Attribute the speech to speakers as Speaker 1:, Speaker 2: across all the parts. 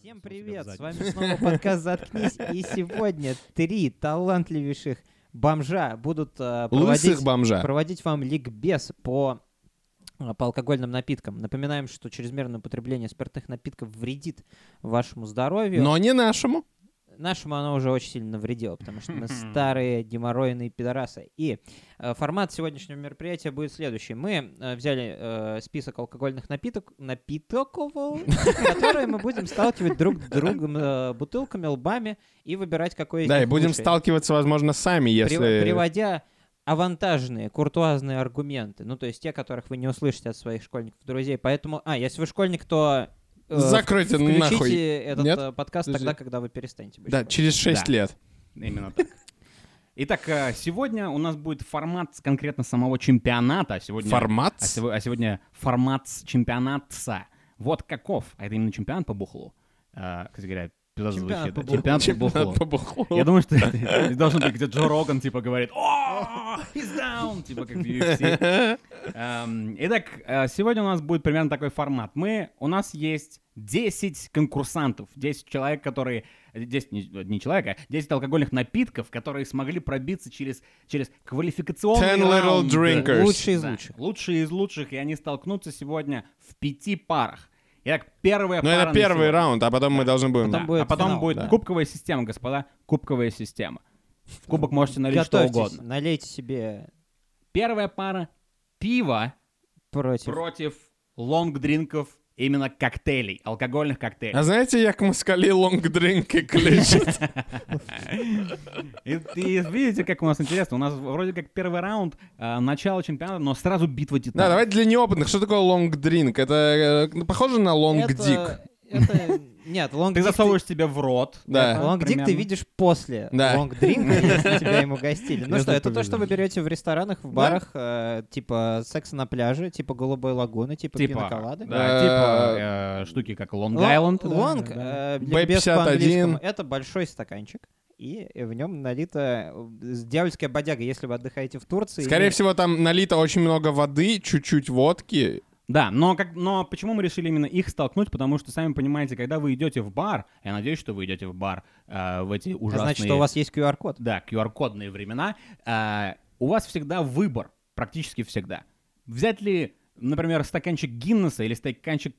Speaker 1: Всем привет! С вами снова подкаст «Заткнись». И сегодня три талантливейших бомжа будут э, проводить,
Speaker 2: Лысых бомжа.
Speaker 1: проводить вам ликбез по, э, по алкогольным напиткам. Напоминаем, что чрезмерное употребление спиртных напитков вредит вашему здоровью.
Speaker 2: Но не нашему.
Speaker 1: Нашему оно уже очень сильно навредило, потому что мы старые геморройные пидорасы. И э, формат сегодняшнего мероприятия будет следующий. Мы э, взяли э, список алкогольных напиток, напиток, которые мы будем сталкивать друг с другом э, бутылками, лбами и выбирать, какой из
Speaker 2: Да, и
Speaker 1: них
Speaker 2: будем
Speaker 1: лучше.
Speaker 2: сталкиваться, возможно, сами,
Speaker 1: При-
Speaker 2: если...
Speaker 1: Приводя авантажные, куртуазные аргументы, ну, то есть те, которых вы не услышите от своих школьников, друзей. Поэтому, а, если вы школьник, то... э,
Speaker 2: Закройте
Speaker 1: включите
Speaker 2: нахуй.
Speaker 1: этот
Speaker 2: Нет?
Speaker 1: э, подкаст
Speaker 2: Подожди.
Speaker 1: тогда, когда вы перестанете быть
Speaker 2: Да,
Speaker 1: школьником.
Speaker 2: через 6
Speaker 3: Да.
Speaker 2: лет.
Speaker 3: Именно так. Итак, э, сегодня у нас будет формат с конкретно самого чемпионата. а Сегодня,
Speaker 2: Формат?
Speaker 3: а, сего- а сегодня формат с чемпионатца. Вот каков. А это именно чемпионат по бухлу. Э, Кстати говоря, пизда звучит,
Speaker 1: Чемпионат по
Speaker 3: да? Чемпионат по бухлу.
Speaker 2: Чемпионат по бухлу.
Speaker 3: Я думаю, что это- это должен быть, где Джо Роган, типа, говорит «О, he's down!» Типа, как в UFC. Эм, Итак, э, сегодня у нас будет примерно такой формат. Мы, у нас есть 10 конкурсантов, 10 человек, которые... 10, не, не человек, а 10 алкогольных напитков, которые смогли пробиться через, через квалификационный
Speaker 2: 10 little
Speaker 3: раунд.
Speaker 2: drinkers. Curse.
Speaker 1: Лучший из
Speaker 3: Да,
Speaker 1: лучших.
Speaker 3: Лучшие из лучших, и они столкнутся сегодня в пяти парах. Итак, первая
Speaker 2: Но
Speaker 3: пара
Speaker 2: Ну, это
Speaker 3: на
Speaker 2: первый
Speaker 3: сегодня.
Speaker 2: раунд, а потом мы должны будем...
Speaker 1: Потом
Speaker 3: Да,
Speaker 1: будет
Speaker 3: а потом
Speaker 1: финал,
Speaker 3: будет
Speaker 2: да.
Speaker 3: кубковая система, господа, кубковая система. В кубок можете налить
Speaker 1: Готовьтесь,
Speaker 3: что угодно.
Speaker 1: налейте себе
Speaker 3: Первая пара пива
Speaker 1: против.
Speaker 3: против лонгдринков, именно коктейлей, алкогольных коктейлей.
Speaker 2: А знаете, як москали лонгдринки кличут?
Speaker 3: И, и видите, как у нас интересно. У нас вроде как первый раунд, э, начало чемпионата, но сразу битва титанов.
Speaker 2: Да, давайте для неопытных. Что такое лонгдринк? Это э, ну, похоже на лонгдик.
Speaker 1: Это- это- Нет, лонг
Speaker 3: Ты засовываешь себе в рот.
Speaker 2: Да.
Speaker 1: Лонгдик ты
Speaker 3: примерно.
Speaker 1: видишь после
Speaker 2: Да.
Speaker 1: лонгдринка, если тебя ему гостили. Ну
Speaker 2: Я
Speaker 1: что,
Speaker 2: так
Speaker 1: это то,
Speaker 2: повезло.
Speaker 1: что вы берете в ресторанах, в барах, э, типа секса на пляже, типа голубой лагуны, типа
Speaker 3: Типа,
Speaker 1: пинаколады.
Speaker 3: да, типа э, штуки как Лонг-Айленд.
Speaker 1: Лонг, э, ликбез
Speaker 2: B51.
Speaker 1: по-английскому, это большой стаканчик, и в нем налита э, дьявольская бодяга, если вы отдыхаете в Турции.
Speaker 2: Скорее
Speaker 1: или-
Speaker 2: всего, там налито очень много воды, чуть-чуть водки.
Speaker 3: Да, но, как, но почему мы решили именно их столкнуть? Потому что, сами понимаете, когда вы идете в бар, я надеюсь, что вы идете в бар э, в эти
Speaker 1: А
Speaker 3: ужасные...
Speaker 1: Значит, что у вас есть QR-код.
Speaker 3: Да, QR-кодные времена. э, у вас всегда выбор, практически всегда. Взять ли, например, стаканчик Гиннесса или стаканчик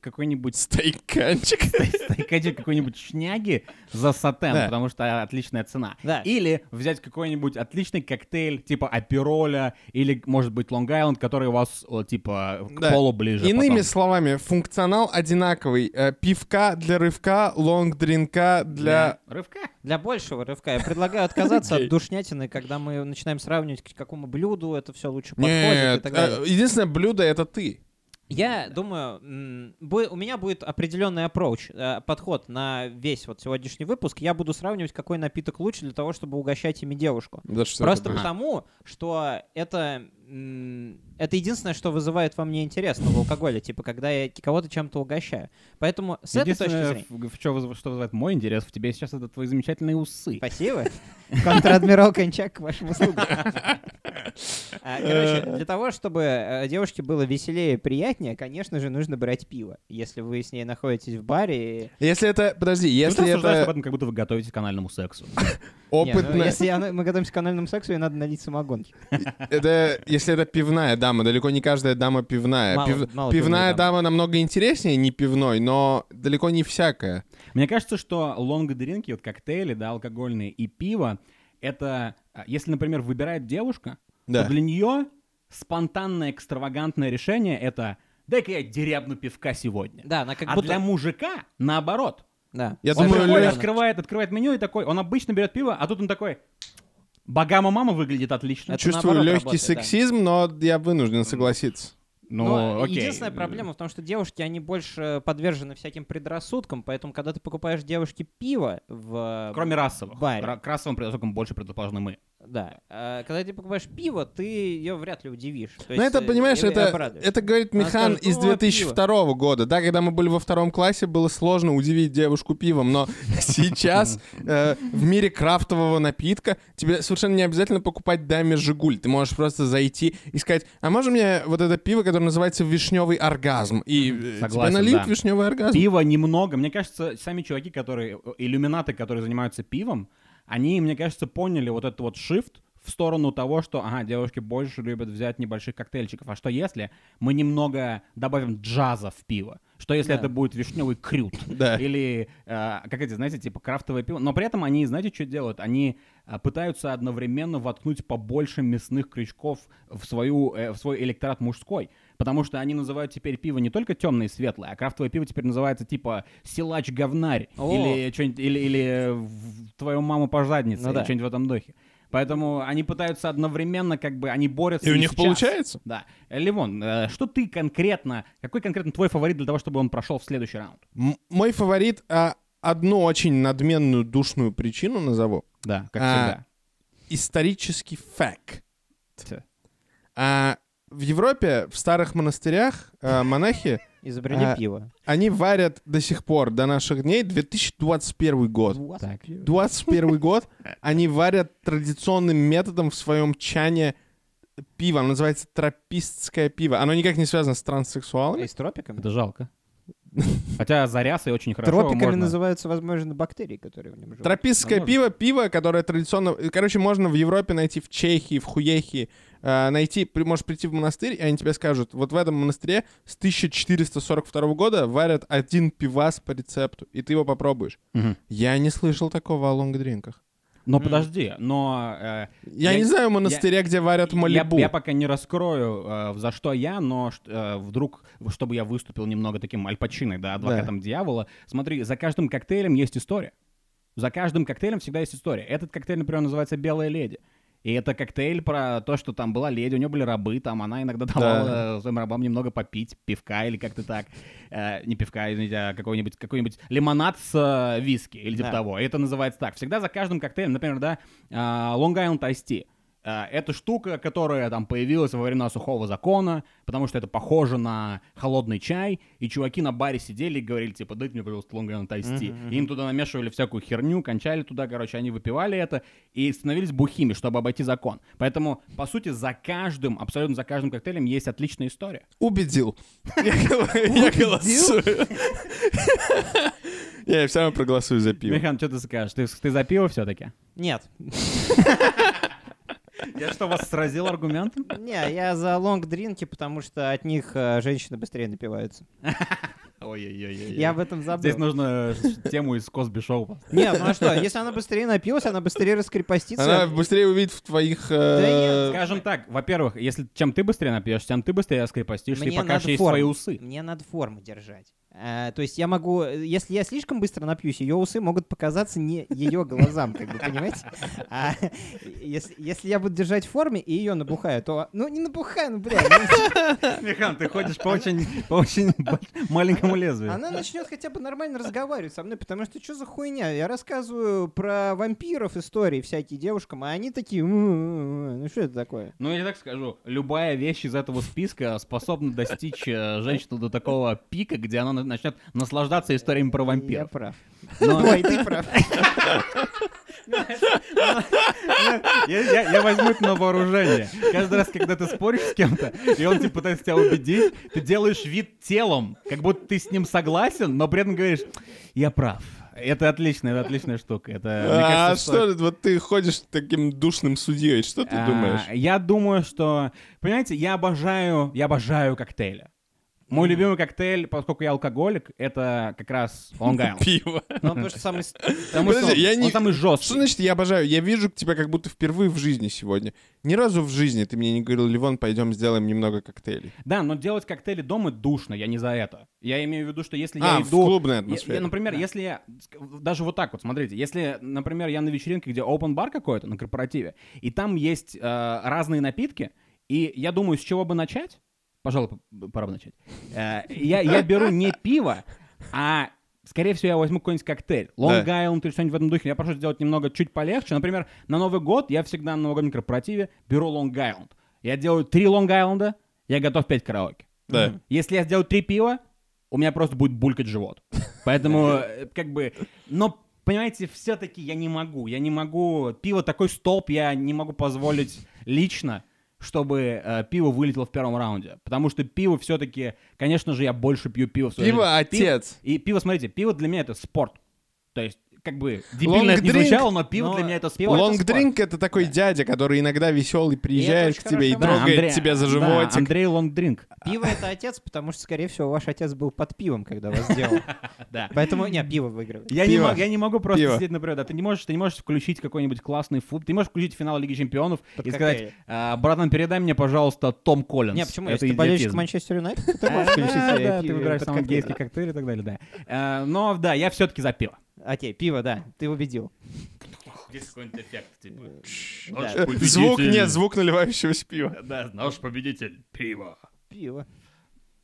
Speaker 3: какой-нибудь
Speaker 2: Стейканчик.
Speaker 3: стаканчик какой-нибудь шняги за сатен,
Speaker 2: Да.
Speaker 3: потому что а, отличная цена.
Speaker 1: Да.
Speaker 3: Или взять какой-нибудь отличный коктейль, типа Апероля, или, может быть, Лонг-Айленд, который у вас, о, типа, к
Speaker 2: Да.
Speaker 3: полу ближе.
Speaker 2: Иными
Speaker 3: потом.
Speaker 2: словами, функционал одинаковый. Э, Пивка для рывка, лонгдринка для...
Speaker 3: рывка.
Speaker 1: Для большего рывка я предлагаю отказаться
Speaker 2: Окей.
Speaker 1: от душнятины, когда мы начинаем сравнивать, к какому блюду это все лучше подходит и
Speaker 2: Нет,
Speaker 1: так далее.
Speaker 2: э, единственное блюдо — это ты.
Speaker 1: Я думаю, м, бу- у меня будет определенный approach, э, подход на весь вот сегодняшний выпуск. Я буду сравнивать, какой напиток лучше для того, чтобы угощать ими девушку.
Speaker 2: Да что
Speaker 1: Просто
Speaker 2: это, блин?
Speaker 1: потому, что это, м, это единственное, что вызывает во мне интерес в алкоголе, типа, когда я кого-то чем-то угощаю. Поэтому с этой точки
Speaker 3: Единственное,
Speaker 1: зрения...
Speaker 3: в, в чё вызыв- что вызывает мой интерес в тебе сейчас, это твои замечательные усы.
Speaker 1: Спасибо. Контрадмирал Кончак к вашим услугам. А, Короче, для того, чтобы э, девушке было веселее и приятнее, конечно же, нужно брать пиво. Если вы с ней находитесь в баре... и-
Speaker 2: Если это... Подожди,
Speaker 1: Ну,
Speaker 3: Ты
Speaker 2: если
Speaker 3: рассуждаешь об
Speaker 2: это
Speaker 3: этом, как будто вы готовитесь к анальному сексу.
Speaker 1: Не, ну,
Speaker 2: опытная...
Speaker 1: Если оно- мы готовимся к анальному сексу, и надо налить самогон.
Speaker 2: Это, э, если это пивная дама, далеко не каждая дама пивная.
Speaker 1: Мало-
Speaker 2: Пив-
Speaker 1: мало
Speaker 2: пивная
Speaker 1: пивных дам.
Speaker 2: дама намного интереснее не пивной, но далеко не всякая.
Speaker 3: Мне кажется, что лонг-дринки, вот коктейли, да, алкогольные и пиво, это, а, если, например, выбирает девушка,
Speaker 2: Да.
Speaker 3: то для нее спонтанное, экстравагантное решение — это «дай-ка я дерябну пивка сегодня».
Speaker 1: Да, она как
Speaker 3: а
Speaker 1: будто...
Speaker 3: для мужика наоборот.
Speaker 1: Да.
Speaker 2: Я
Speaker 3: Он
Speaker 2: думаю,
Speaker 3: приходит,
Speaker 2: Лёш-
Speaker 3: открывает, открывает меню и такой, он обычно берет пиво, а тут он такой, Багама мама выглядит отлично.
Speaker 1: Это
Speaker 2: Чувствую
Speaker 1: наоборот
Speaker 2: легкий
Speaker 1: работает, да.
Speaker 2: сексизм, но я вынужден согласиться.
Speaker 3: Ну,
Speaker 1: Но единственная проблема в том, что девушки, они больше подвержены всяким предрассудкам, поэтому, когда ты покупаешь девушке пиво в...
Speaker 3: Кроме расовых.
Speaker 1: Баре.
Speaker 3: Ра- К расовым предрассудкам больше предположены мы.
Speaker 1: Да. А когда ты покупаешь пиво, ты ее вряд ли удивишь. То
Speaker 2: Ну
Speaker 1: есть,
Speaker 2: это,
Speaker 1: э,
Speaker 2: понимаешь,
Speaker 1: или
Speaker 2: это,
Speaker 1: обрадуешь.
Speaker 2: это говорит
Speaker 1: Она
Speaker 2: Михан
Speaker 1: скажет,
Speaker 2: из
Speaker 1: «О,
Speaker 2: 2002 года. Да, когда мы были во втором классе, было сложно удивить девушку пивом, но сейчас э, в мире крафтового напитка тебе совершенно не обязательно покупать даме «Жигуль». Ты можешь просто зайти и сказать, а можно мне вот это пиво, которое называется «Вишневый оргазм»? И э, тебе
Speaker 3: Согласен,
Speaker 2: нальют
Speaker 3: да.
Speaker 2: «Вишневый оргазм».
Speaker 3: Пива немного. Мне кажется, сами чуваки, которые, э, иллюминаты, которые занимаются пивом, они, мне кажется, поняли вот этот вот shift в сторону того, что, ага, девушки больше любят взять небольших коктейльчиков. А что если мы немного добавим джаза в пиво? Что если
Speaker 1: Да.
Speaker 3: это будет вишневый крют?
Speaker 2: Да.
Speaker 3: Или, э, как эти, знаете, типа крафтовое пиво. Но при этом они, знаете, что делают? Они э, пытаются одновременно воткнуть побольше мясных крючков в, свою, э, в свой электорат мужской. Потому что они называют теперь пиво не только темное и светлое, а крафтовое пиво теперь называется типа силач-говнарь
Speaker 1: О.
Speaker 3: или, что-нибудь- или, или э, в- твою маму по заднице,
Speaker 1: Ну
Speaker 3: или
Speaker 1: да.
Speaker 3: что-нибудь в этом духе. Поэтому они пытаются одновременно, как бы, они борются
Speaker 2: И у
Speaker 3: и
Speaker 2: них
Speaker 3: сейчас.
Speaker 2: получается?
Speaker 3: Да. Э, Левон, э, что ты конкретно, какой конкретно твой фаворит для того, чтобы он прошел в следующий раунд?
Speaker 2: М- Мой фаворит а, одну очень надменную душную причину назову.
Speaker 3: Да, как
Speaker 2: А,
Speaker 3: всегда.
Speaker 2: Исторический факт.
Speaker 3: Всё.
Speaker 2: А в Европе, в старых монастырях, э, монахи,
Speaker 1: Изобрели
Speaker 2: а,
Speaker 1: пиво.
Speaker 2: они варят до сих пор, до наших дней, 2021 год.
Speaker 3: Так.
Speaker 2: 21 год они варят традиционным методом в своем чане пиво. Оно называется тропистское пиво. Оно никак не связано с
Speaker 1: А и
Speaker 2: транссексуалами.
Speaker 1: с тропиками?
Speaker 3: Это жалко. Хотя зарясы очень хорошо
Speaker 1: Тропиками
Speaker 3: можно.
Speaker 1: называются, возможно, бактерии, которые в нем живут.
Speaker 2: Тропистское
Speaker 1: Возможно.
Speaker 2: пиво, пиво, которое традиционно... Короче, можно в Европе найти, в Чехии, в Хуехии, э, найти, при- можешь прийти в монастырь, и они тебе скажут, вот в этом монастыре с 1442 года варят один пивас по рецепту, и ты его попробуешь.
Speaker 3: Мгм.
Speaker 2: Я не слышал такого о лонгдринках.
Speaker 3: Но
Speaker 1: М.
Speaker 3: подожди, но э,
Speaker 2: Я,
Speaker 3: Я-
Speaker 2: не знаю монастыря, где варят малибу.
Speaker 3: Я, я пока не раскрою, э, за что я, но ш- э, вдруг, чтобы я выступил немного таким альпачиной, да, адвокатом дьявола. Смотри, за каждым коктейлем есть история. За каждым коктейлем всегда есть история. Этот коктейль, например, называется «Белая леди». И это коктейль про то, что там была леди, у нее были рабы, там она иногда давала э, своим рабам немного попить пивка или как-то так. Э, не пивка, извините, а какой-нибудь какой лимонад с э, виски или типа
Speaker 1: Да.
Speaker 3: того. И это называется так. Всегда за каждым коктейлем, например, да, э, Long Island Iced Tea. Э, Это штука, которая там появилась во времена сухого закона, потому что это похоже на холодный чай, и чуваки на баре сидели и говорили, типа, дайте мне, пожалуйста, Long Island Iced Tea».
Speaker 1: Мгм,
Speaker 3: И им туда намешивали всякую херню, кончали туда, короче, они выпивали это и становились бухими, чтобы обойти закон. Поэтому, по сути, за каждым, абсолютно за каждым коктейлем есть отличная история.
Speaker 2: Убедил. Я гол- я голосую. Я все равно проголосую за пиво.
Speaker 3: Михан, что ты скажешь? Ты, ты за пиво все-таки?
Speaker 1: Нет.
Speaker 3: Я что, вас сразил аргументом?
Speaker 1: Не, я за лонг-дринки, потому что от них э, женщины быстрее напиваются.
Speaker 3: Ой-ой-ой.
Speaker 1: Я об этом
Speaker 3: Здесь
Speaker 1: забыл.
Speaker 3: нужно э, тему из Косби Шоу.
Speaker 1: Не, ну а что, если она быстрее напилась, она быстрее
Speaker 2: Она
Speaker 1: раскрепостится.
Speaker 2: быстрее увидит в твоих... э,
Speaker 1: Да нет,
Speaker 3: Скажем так, во-первых, если чем ты быстрее напьешь, тем ты быстрее скрепостишься и
Speaker 1: Мне
Speaker 3: покажешь
Speaker 1: надо
Speaker 3: ей
Speaker 1: форму.
Speaker 3: свои усы.
Speaker 1: Мне надо форму держать. Э, то есть я могу, э, если я слишком быстро напьюсь, ее усы могут показаться не ее глазам, как бы, понимаете? А если, если я буду держать в форме и ее набухаю, то... Ну, не набухаю, ну, бля, ну,
Speaker 3: Михан, ты ходишь по очень, по очень больш- маленькому лезвию.
Speaker 1: она начнет хотя бы нормально разговаривать со мной, потому что что за хуйня? Я рассказываю про вампиров истории всякие девушкам, а они такие... «М-м-м-м». Ну, что это такое?
Speaker 3: Ну, я так скажу, любая вещь из этого списка способна достичь э, женщину до такого пика, где она на- начнет наслаждаться историями про
Speaker 1: Я
Speaker 3: вампиров.
Speaker 1: прав.
Speaker 3: Но-
Speaker 1: Ой, ты прав.
Speaker 3: Я, я- я возьму это на вооружение. Каждый раз, когда ты споришь с кем-то, и он типа пытается тебя убедить, ты делаешь вид телом, как будто ты с ним согласен, но при этом говоришь, я прав. Это отлично, это отличная штука. Это, мне
Speaker 2: А
Speaker 3: кажется,
Speaker 2: что это? вот ты ходишь таким душным судьей? Что ты
Speaker 3: А,
Speaker 2: думаешь?
Speaker 3: Я думаю, что... Понимаете, я обожаю, я обожаю коктейли. Мой любимый коктейль, поскольку я алкоголик, это как раз Long Island.
Speaker 2: Пиво.
Speaker 1: Ну, потому что самый... с-
Speaker 3: Потому что
Speaker 2: Подожди,
Speaker 3: он,
Speaker 2: я не-
Speaker 3: он самый жесткий.
Speaker 2: Что значит я обожаю? Я вижу тебя как будто впервые в жизни сегодня. Ни разу в жизни ты мне не говорил, Ливон, пойдем сделаем немного коктейлей.
Speaker 3: Да, но делать коктейли дома душно, я не за это. Я имею в виду, что если
Speaker 2: А,
Speaker 3: я
Speaker 2: в
Speaker 3: иду...
Speaker 2: клубной
Speaker 3: Я- я,
Speaker 2: атмосфере.
Speaker 3: например, если я... ск- Даже вот так вот, смотрите. Если, например, я на вечеринке, где open бар какой-то на корпоративе, и там есть э, разные напитки, и я думаю, с чего бы начать? Пожалуй, п- пора бы начать. Э, я, я беру не пиво, а Скорее всего, я возьму какой-нибудь коктейль. Long Island или что-нибудь в этом духе. Я прошу сделать немного чуть полегче. Например, на Новый год я всегда на новогоднем корпоративе беру Long Island. Я делаю три Long Island, я готов пять караоке.
Speaker 2: Да.
Speaker 3: Если я сделаю три пива, у меня просто будет булькать живот. Поэтому, э, как бы... Но, понимаете, все-таки я не могу. Я не могу... Пиво такой столб, я не могу позволить лично, чтобы э, пиво вылетело в первом раунде. Потому что пиво все-таки... Конечно же, я больше пью пиво в своей
Speaker 2: Пиво
Speaker 3: жизни. Пи-
Speaker 2: отец.
Speaker 3: И пиво, смотрите, пиво для меня это спорт. То есть, как бы, дебильно это не
Speaker 2: Лонгдринк.
Speaker 3: звучало, но пиво
Speaker 1: Но
Speaker 3: для меня это спорт.
Speaker 1: пиво это
Speaker 2: Лонг дринк это такой дядя, который иногда веселый приезжает
Speaker 1: очень
Speaker 2: к тебе и
Speaker 1: хорошая
Speaker 3: Да,
Speaker 2: трогает
Speaker 3: Андрей-
Speaker 2: тебя за
Speaker 3: да,
Speaker 2: животик.
Speaker 3: Андрей Лонгдринг.
Speaker 1: Пиво это отец, потому что, скорее всего, ваш отец был под пивом, когда вас делал.
Speaker 3: Да.
Speaker 1: Поэтому, не, пиво выигрывает.
Speaker 3: Я не,
Speaker 2: Пиво.
Speaker 3: мог, я не могу просто
Speaker 2: Пиво.
Speaker 3: сидеть например, да, ты не можешь, ты не можешь включить какой-нибудь классный фут, ты не можешь включить финал Лиги Чемпионов
Speaker 1: Под
Speaker 3: и
Speaker 1: коктейль.
Speaker 3: сказать, «А, братан, передай мне, пожалуйста, Том Коллинз.
Speaker 1: Не, а почему?
Speaker 3: Это
Speaker 1: Если ты болельщик
Speaker 3: идиотизм.
Speaker 1: Манчестер Юнайтед, то ты можешь включить
Speaker 3: Да,
Speaker 1: себе
Speaker 3: да, ты
Speaker 1: пиво
Speaker 3: выбираешь
Speaker 1: под
Speaker 3: самый
Speaker 1: коктейль.
Speaker 3: гейский коктейль и так далее, да. Э, Но да, я все-таки за пиво.
Speaker 1: А те, пиво, да, ты убедил.
Speaker 3: Есть какой-нибудь эффект, типа.
Speaker 1: Да,
Speaker 2: Звук нет, звук наливающегося пива.
Speaker 3: Да, наш победитель, пиво.
Speaker 1: пиво.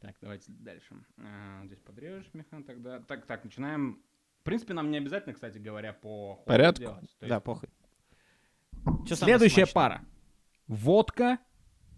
Speaker 3: Так, давайте дальше. А, Здесь подрежешь, Михан, тогда. Так, так, начинаем. В принципе, нам не обязательно, кстати говоря, по ходу
Speaker 2: Порядку?
Speaker 3: делать. То есть
Speaker 1: Да, похуй. Чё самое
Speaker 3: Следующая
Speaker 1: смачное?
Speaker 3: пара. Водка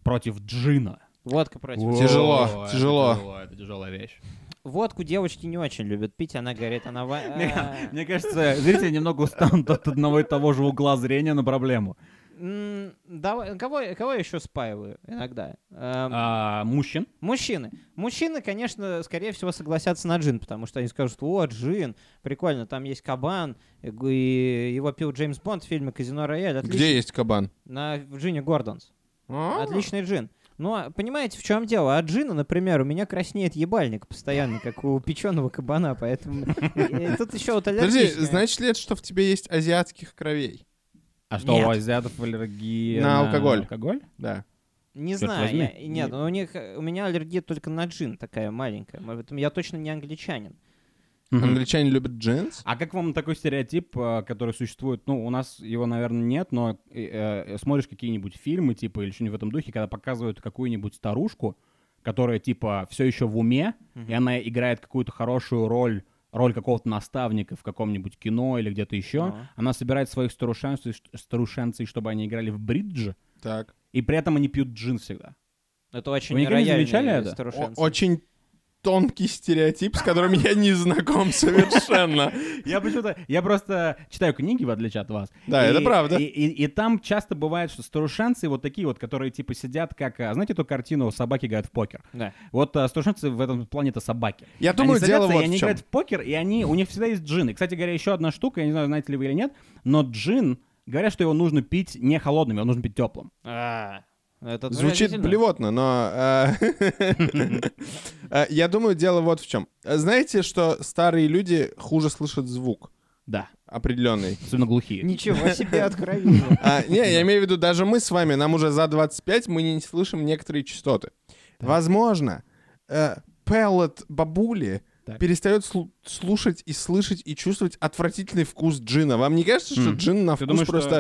Speaker 3: против джина.
Speaker 1: Водка против.
Speaker 2: Во. Тяжело, тяжело.
Speaker 3: Это тяжелая вещь.
Speaker 1: Водку девочки не очень любят пить, она говорит, она... ва-
Speaker 3: Мне,
Speaker 1: а,
Speaker 3: мне кажется, зрители немного устанут от одного и того же угла зрения на проблему.
Speaker 1: м, давай- Кого кого я еще спаиваю иногда? Эм,
Speaker 3: А, мужчин?
Speaker 1: Мужчины. Мужчины, конечно, скорее всего, согласятся на джин, потому что они скажут, о, джин, прикольно, там есть кабан, и г- и его пил Джеймс Бонд в фильме «Казино Рояль». Отлично.
Speaker 2: Где есть кабан?
Speaker 1: На в джине Гордонс.
Speaker 2: А?
Speaker 1: Отличный джин. Но понимаете, в чем дело? От джина, например, у меня краснеет ебальник постоянно, как у печеного кабана, поэтому э, тут еще вот
Speaker 2: Подожди,
Speaker 1: аллергичная.
Speaker 2: значит ли это, что в тебе есть азиатских кровей?
Speaker 3: А
Speaker 1: что, Нет. у
Speaker 3: азиатов аллергия
Speaker 2: На на алкоголь.
Speaker 3: алкоголь?
Speaker 2: Да.
Speaker 1: Не
Speaker 3: Чёрт
Speaker 1: знаю,
Speaker 3: возьми.
Speaker 1: я- нет, у них э, у меня аллергия только на джин такая маленькая, поэтому я точно не англичанин.
Speaker 2: Англичане любят джинс?
Speaker 3: А как вам такой стереотип, э, который существует? Ну, у нас его, наверное, нет, но э, э, смотришь какие-нибудь фильмы, типа, или что-нибудь в этом духе, когда показывают какую-нибудь старушку, которая, типа, все еще в уме, и она играет какую-то хорошую роль, роль какого-то наставника в каком-нибудь кино или где-то еще.
Speaker 1: Ага.
Speaker 3: Она собирает своих старушенцев, старушенцев, чтобы они играли в бриджи,
Speaker 2: Так.
Speaker 3: и при этом они пьют джин всегда.
Speaker 1: Ну, Это очень
Speaker 3: Вы никогда не
Speaker 1: рояльные
Speaker 3: замечали это?
Speaker 1: старушенцы.
Speaker 2: Очень тонкий стереотип, с которым я не знаком совершенно.
Speaker 3: Я почему-то, я просто читаю книги, в отличие от вас.
Speaker 2: Да,
Speaker 3: И-
Speaker 2: это правда.
Speaker 3: И, и- и там часто бывает, что старушенцы вот такие вот, которые типа сидят как... а, Знаете эту картину «Собаки играют в покер»?
Speaker 1: Да.
Speaker 3: Вот а, старушенцы в этом плане это собаки.
Speaker 1: А
Speaker 2: Я думаю,
Speaker 3: они
Speaker 2: дело
Speaker 3: садятся,
Speaker 2: вот
Speaker 3: и они
Speaker 2: в чем.
Speaker 3: играют в покер, и они, у них всегда есть джин. И, кстати говоря, еще одна штука, я не знаю, знаете ли вы или нет, но джин, говорят, что его нужно пить не холодным, его нужно пить теплым.
Speaker 1: А, это
Speaker 2: Звучит
Speaker 1: отвратительно.
Speaker 2: блевотно, но... э, э, Я думаю, дело вот в чем. Знаете, что старые люди хуже слышат звук
Speaker 3: Да,
Speaker 2: определенный?
Speaker 3: особенно глухие.
Speaker 1: Ничего себе откровение.
Speaker 2: А, не, я имею в виду, даже мы с вами, нам уже за 25, мы не слышим некоторые частоты. Возможно, э, пеллет бабули
Speaker 3: Так.
Speaker 2: перестает слу- слушать и слышать и чувствовать отвратительный вкус джина. Вам не кажется, что
Speaker 3: М.
Speaker 2: джин на
Speaker 3: Хм. Ты
Speaker 2: вкус
Speaker 3: думаешь, что-
Speaker 2: просто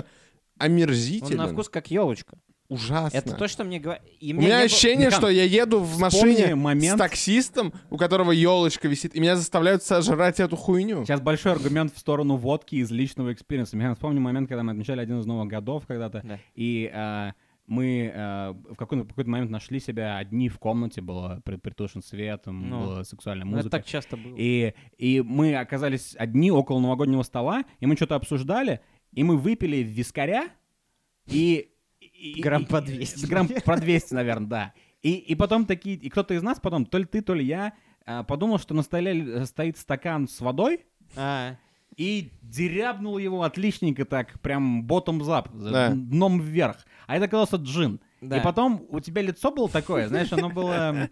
Speaker 1: Он
Speaker 2: омерзителен?
Speaker 1: на вкус как елочка.
Speaker 2: Ужасно.
Speaker 1: Это то, что мне говорят.
Speaker 2: У меня ощущение,
Speaker 3: Михан,
Speaker 2: что я еду в
Speaker 3: вспомни
Speaker 2: машине
Speaker 3: момент.
Speaker 2: с таксистом, у которого елочка висит, и меня заставляют сожрать эту хуйню.
Speaker 3: Сейчас большой аргумент в сторону водки из личного экспириенса. Я вспомню момент, когда мы отмечали один из новых годов когда-то,
Speaker 1: Да.
Speaker 3: и а, мы а, в какой-то, какой-то момент нашли себя одни в комнате, было при- притушен свет, там
Speaker 1: Ну.
Speaker 3: была сексуальная
Speaker 1: Это
Speaker 3: музыка.
Speaker 1: так часто было.
Speaker 3: И, и мы оказались одни около новогоднего стола, и мы что-то обсуждали, и мы выпили вискаря, и... и- и-
Speaker 1: Грамм
Speaker 3: и-
Speaker 1: по 200.
Speaker 3: Грамм по 200, наверное, да. И, и потом такие... И кто-то из нас потом, то ли ты, то ли я, а, подумал, что на столе э, стоит стакан с водой,
Speaker 1: А,
Speaker 3: и дерябнул его отличненько так, прям ботом зап,
Speaker 2: Да.
Speaker 3: дном вверх. А это оказался джин.
Speaker 1: Да.
Speaker 3: И потом у тебя лицо было такое, знаешь, оно было...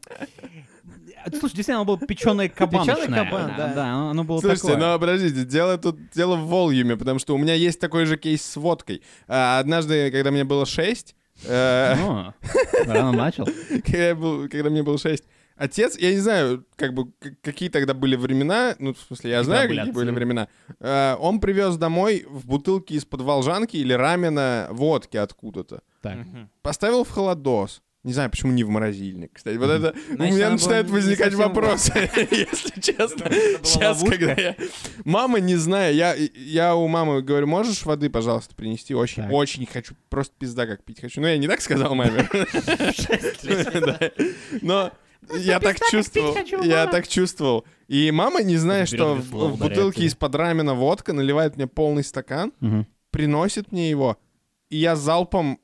Speaker 3: Слушай, действительно, оно было печеное кабаночное.
Speaker 1: кабан, да.
Speaker 3: Да, оно оно было
Speaker 2: Слушайте,
Speaker 3: такое.
Speaker 2: ну подождите, дело тут дело в волюме, потому что у меня есть такой же кейс с водкой. А, Однажды, когда мне было 6,
Speaker 3: Ну, рано начал.
Speaker 2: когда, я был- когда мне было 6, отец, я не знаю, как бы к- какие тогда были времена, ну, в смысле, я
Speaker 3: Когда
Speaker 2: знаю,
Speaker 3: были
Speaker 2: какие
Speaker 3: отцы?
Speaker 2: были времена. Э, Он привез домой в бутылке из-под волжанки или рамена водки откуда-то.
Speaker 3: Так.
Speaker 1: мгм.
Speaker 2: Поставил в холодос. Не знаю, почему не в морозильник, кстати. Вот это...
Speaker 1: Значит,
Speaker 2: у меня
Speaker 1: она была
Speaker 2: начинают
Speaker 1: не
Speaker 2: возникать
Speaker 1: совсем-
Speaker 2: вопросы, если честно.
Speaker 3: это была
Speaker 2: Сейчас,
Speaker 3: ловушка?
Speaker 2: когда я... Мама, не знаю, я, я у мамы говорю, можешь воды, пожалуйста, принести? Очень,
Speaker 3: Так.
Speaker 2: очень хочу. Просто пизда как пить хочу. Но я не так сказал маме. Да. Но я так чувствовал. Я так чувствовал. И мама, не зная,
Speaker 3: Берет
Speaker 2: что в
Speaker 3: весло,
Speaker 2: в
Speaker 3: ударяет
Speaker 2: бутылке
Speaker 3: тебя.
Speaker 2: из-под рамена водка, наливает мне полный стакан,
Speaker 3: Мгм.
Speaker 2: приносит мне его, и я залпом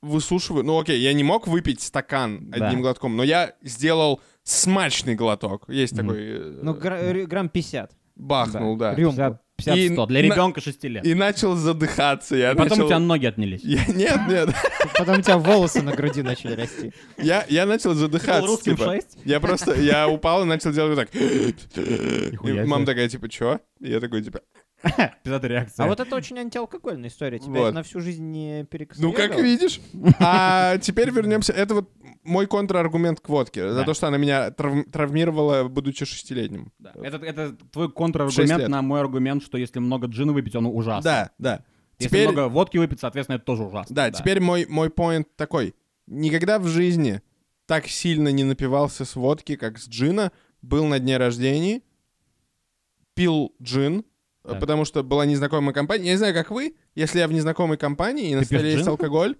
Speaker 2: высушиваю. Ну окей, я не мог выпить стакан
Speaker 3: Да.
Speaker 2: одним глотком, но я сделал смачный глоток. Есть
Speaker 3: Мгм.
Speaker 2: такой... э,
Speaker 1: Ну, гра- рю- грамм 50.
Speaker 2: Бахнул, да.
Speaker 1: Рюмку.
Speaker 3: 50 50 100 для
Speaker 2: И на-
Speaker 3: ребенка 6 лет.
Speaker 2: И начал задыхаться. Я
Speaker 3: Потом у
Speaker 2: начал-
Speaker 3: тебя ноги отнялись.
Speaker 2: Я- Нет, нет.
Speaker 1: Потом у тебя волосы на груди начали расти.
Speaker 2: Я, я начал
Speaker 3: Был
Speaker 2: задыхаться.
Speaker 3: русским
Speaker 2: типа.
Speaker 3: 6?
Speaker 2: Я просто, я упал и начал делать вот так. И
Speaker 3: Нихуя
Speaker 2: мама
Speaker 3: себе.
Speaker 2: такая, типа, чё? И я такой, типа,
Speaker 3: Пиздатая реакция.
Speaker 1: А вот это очень антиалкогольная история. Тебя
Speaker 2: Вот.
Speaker 1: это на всю жизнь не
Speaker 2: ну
Speaker 1: перекосило.
Speaker 2: как видишь. А теперь вернемся. Это вот мой контраргумент к водке. За
Speaker 3: Да.
Speaker 2: то, что она меня трав- травмировала, будучи шестилетним.
Speaker 3: Да. Это, это
Speaker 2: В шесть
Speaker 3: твой
Speaker 2: лет.
Speaker 3: контраргумент на мой аргумент, что если много джина выпить, он ужасно.
Speaker 2: Да, да.
Speaker 3: Если
Speaker 2: Теперь,
Speaker 3: много водки выпить, соответственно, это тоже ужасно.
Speaker 2: да, теперь мой, мой поинт такой. Никогда в жизни так сильно не напивался с водки, как с джина. Был на дне рождения, пил джин, э,
Speaker 3: Так.
Speaker 2: потому что была незнакомая компания. Я не знаю, как вы, если я в незнакомой компании и на
Speaker 3: Ты пьешь
Speaker 2: столе есть
Speaker 3: джин? Ну,
Speaker 2: алкоголь,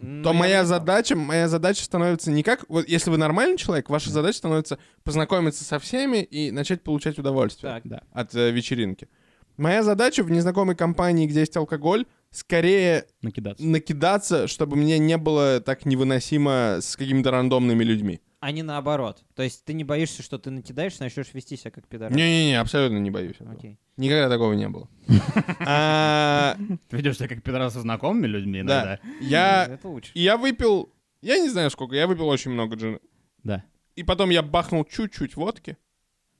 Speaker 1: Ну,
Speaker 2: то моя задача, моя задача становится не как... Вот если вы нормальный человек, ваша задача становится познакомиться со всеми и начать получать удовольствие
Speaker 1: Так, да.
Speaker 2: от э, вечеринки. Моя задача в незнакомой компании, где есть алкоголь, скорее
Speaker 3: Накидаться.
Speaker 2: накидаться, чтобы мне не было так невыносимо с какими-то рандомными людьми.
Speaker 1: А не наоборот. То есть ты не боишься, что ты накидаешься, начнешь вести себя как пидорас.
Speaker 2: Не-не-не, абсолютно не боюсь. этого.
Speaker 1: Окей.
Speaker 2: Никогда такого не было. А,
Speaker 3: Ты ведешь себя как пидорас со знакомыми
Speaker 2: Да.
Speaker 3: людьми иногда.
Speaker 2: Я
Speaker 1: Ну, Это лучше.
Speaker 2: я выпил... Я не знаю сколько, я выпил очень много джина.
Speaker 3: Да.
Speaker 2: И потом я бахнул чуть-чуть водки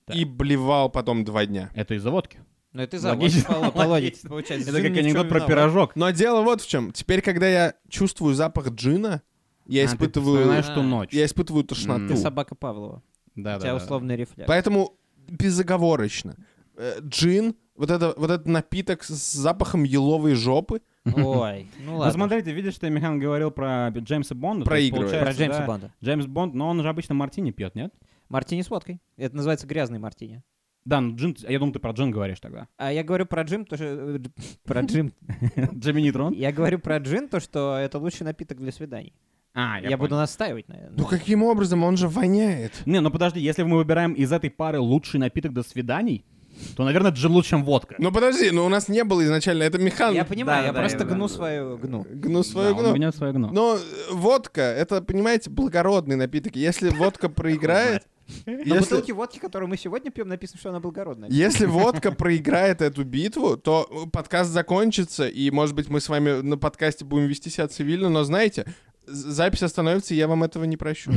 Speaker 3: Да.
Speaker 2: и блевал потом два дня.
Speaker 3: Это из-за водки.
Speaker 1: Но Ну, это за
Speaker 3: Логично,
Speaker 1: вот по- по логике получается.
Speaker 3: Это
Speaker 1: Джин ни
Speaker 3: как
Speaker 1: в чем
Speaker 3: анекдот про
Speaker 1: виноват.
Speaker 3: пирожок.
Speaker 2: Но дело вот в чем. Теперь, когда я чувствую запах джина, я
Speaker 3: А, ты
Speaker 2: испытываю...
Speaker 3: вспоминаешь ту ночь.
Speaker 2: Я испытываю
Speaker 1: Ты
Speaker 2: тошноту.
Speaker 1: собака Павлова.
Speaker 3: Да,
Speaker 1: У тебя
Speaker 3: да, да.
Speaker 1: условный рефлекс.
Speaker 2: Поэтому безоговорочно. э, Джин, вот, это, вот этот напиток с запахом еловой жопы,
Speaker 1: Ой, ну
Speaker 3: Ну,
Speaker 1: ладно.
Speaker 3: смотрите, видишь, что Михан говорил про Джеймса Бонда.
Speaker 2: Проигрывает.
Speaker 1: Про Джеймса Бонда.
Speaker 3: Джеймс Бонд, но он же обычно мартини пьет, нет?
Speaker 1: Мартини с водкой. Это называется грязный мартини.
Speaker 3: Да, ну джин, я думал, ты про джин говоришь тогда.
Speaker 1: А я говорю про джим, то что... э, дж- Про джим.
Speaker 3: Джимми Нейтрон.
Speaker 1: Я говорю про джин, то что это лучший напиток для свиданий.
Speaker 3: А,
Speaker 1: Я буду
Speaker 3: понял.
Speaker 1: настаивать, наверное.
Speaker 2: Ну каким образом он же воняет?
Speaker 3: Не, ну подожди, если мы выбираем из этой пары лучший напиток до свиданий, то, наверное, джин лучше, чем водка.
Speaker 2: Ну подожди, но у нас не было изначально, это механ.
Speaker 1: Я понимаю, я
Speaker 3: да,
Speaker 1: просто
Speaker 3: да, да.
Speaker 1: гну свою гну.
Speaker 2: Гну свою
Speaker 3: Да, он
Speaker 2: гну.
Speaker 3: меня свое гно. Ну,
Speaker 2: Но э, водка, это, понимаете, благородный напиток. Если водка проиграет...
Speaker 1: На
Speaker 2: если-
Speaker 1: бутылке водки, которую мы сегодня пьем, написано, что она благородная.
Speaker 2: Если водка проиграет эту битву, то э, подкаст закончится, и, может быть, мы с вами на подкасте будем вести себя цивильно, но знаете, з- запись остановится, и я вам этого не прощу.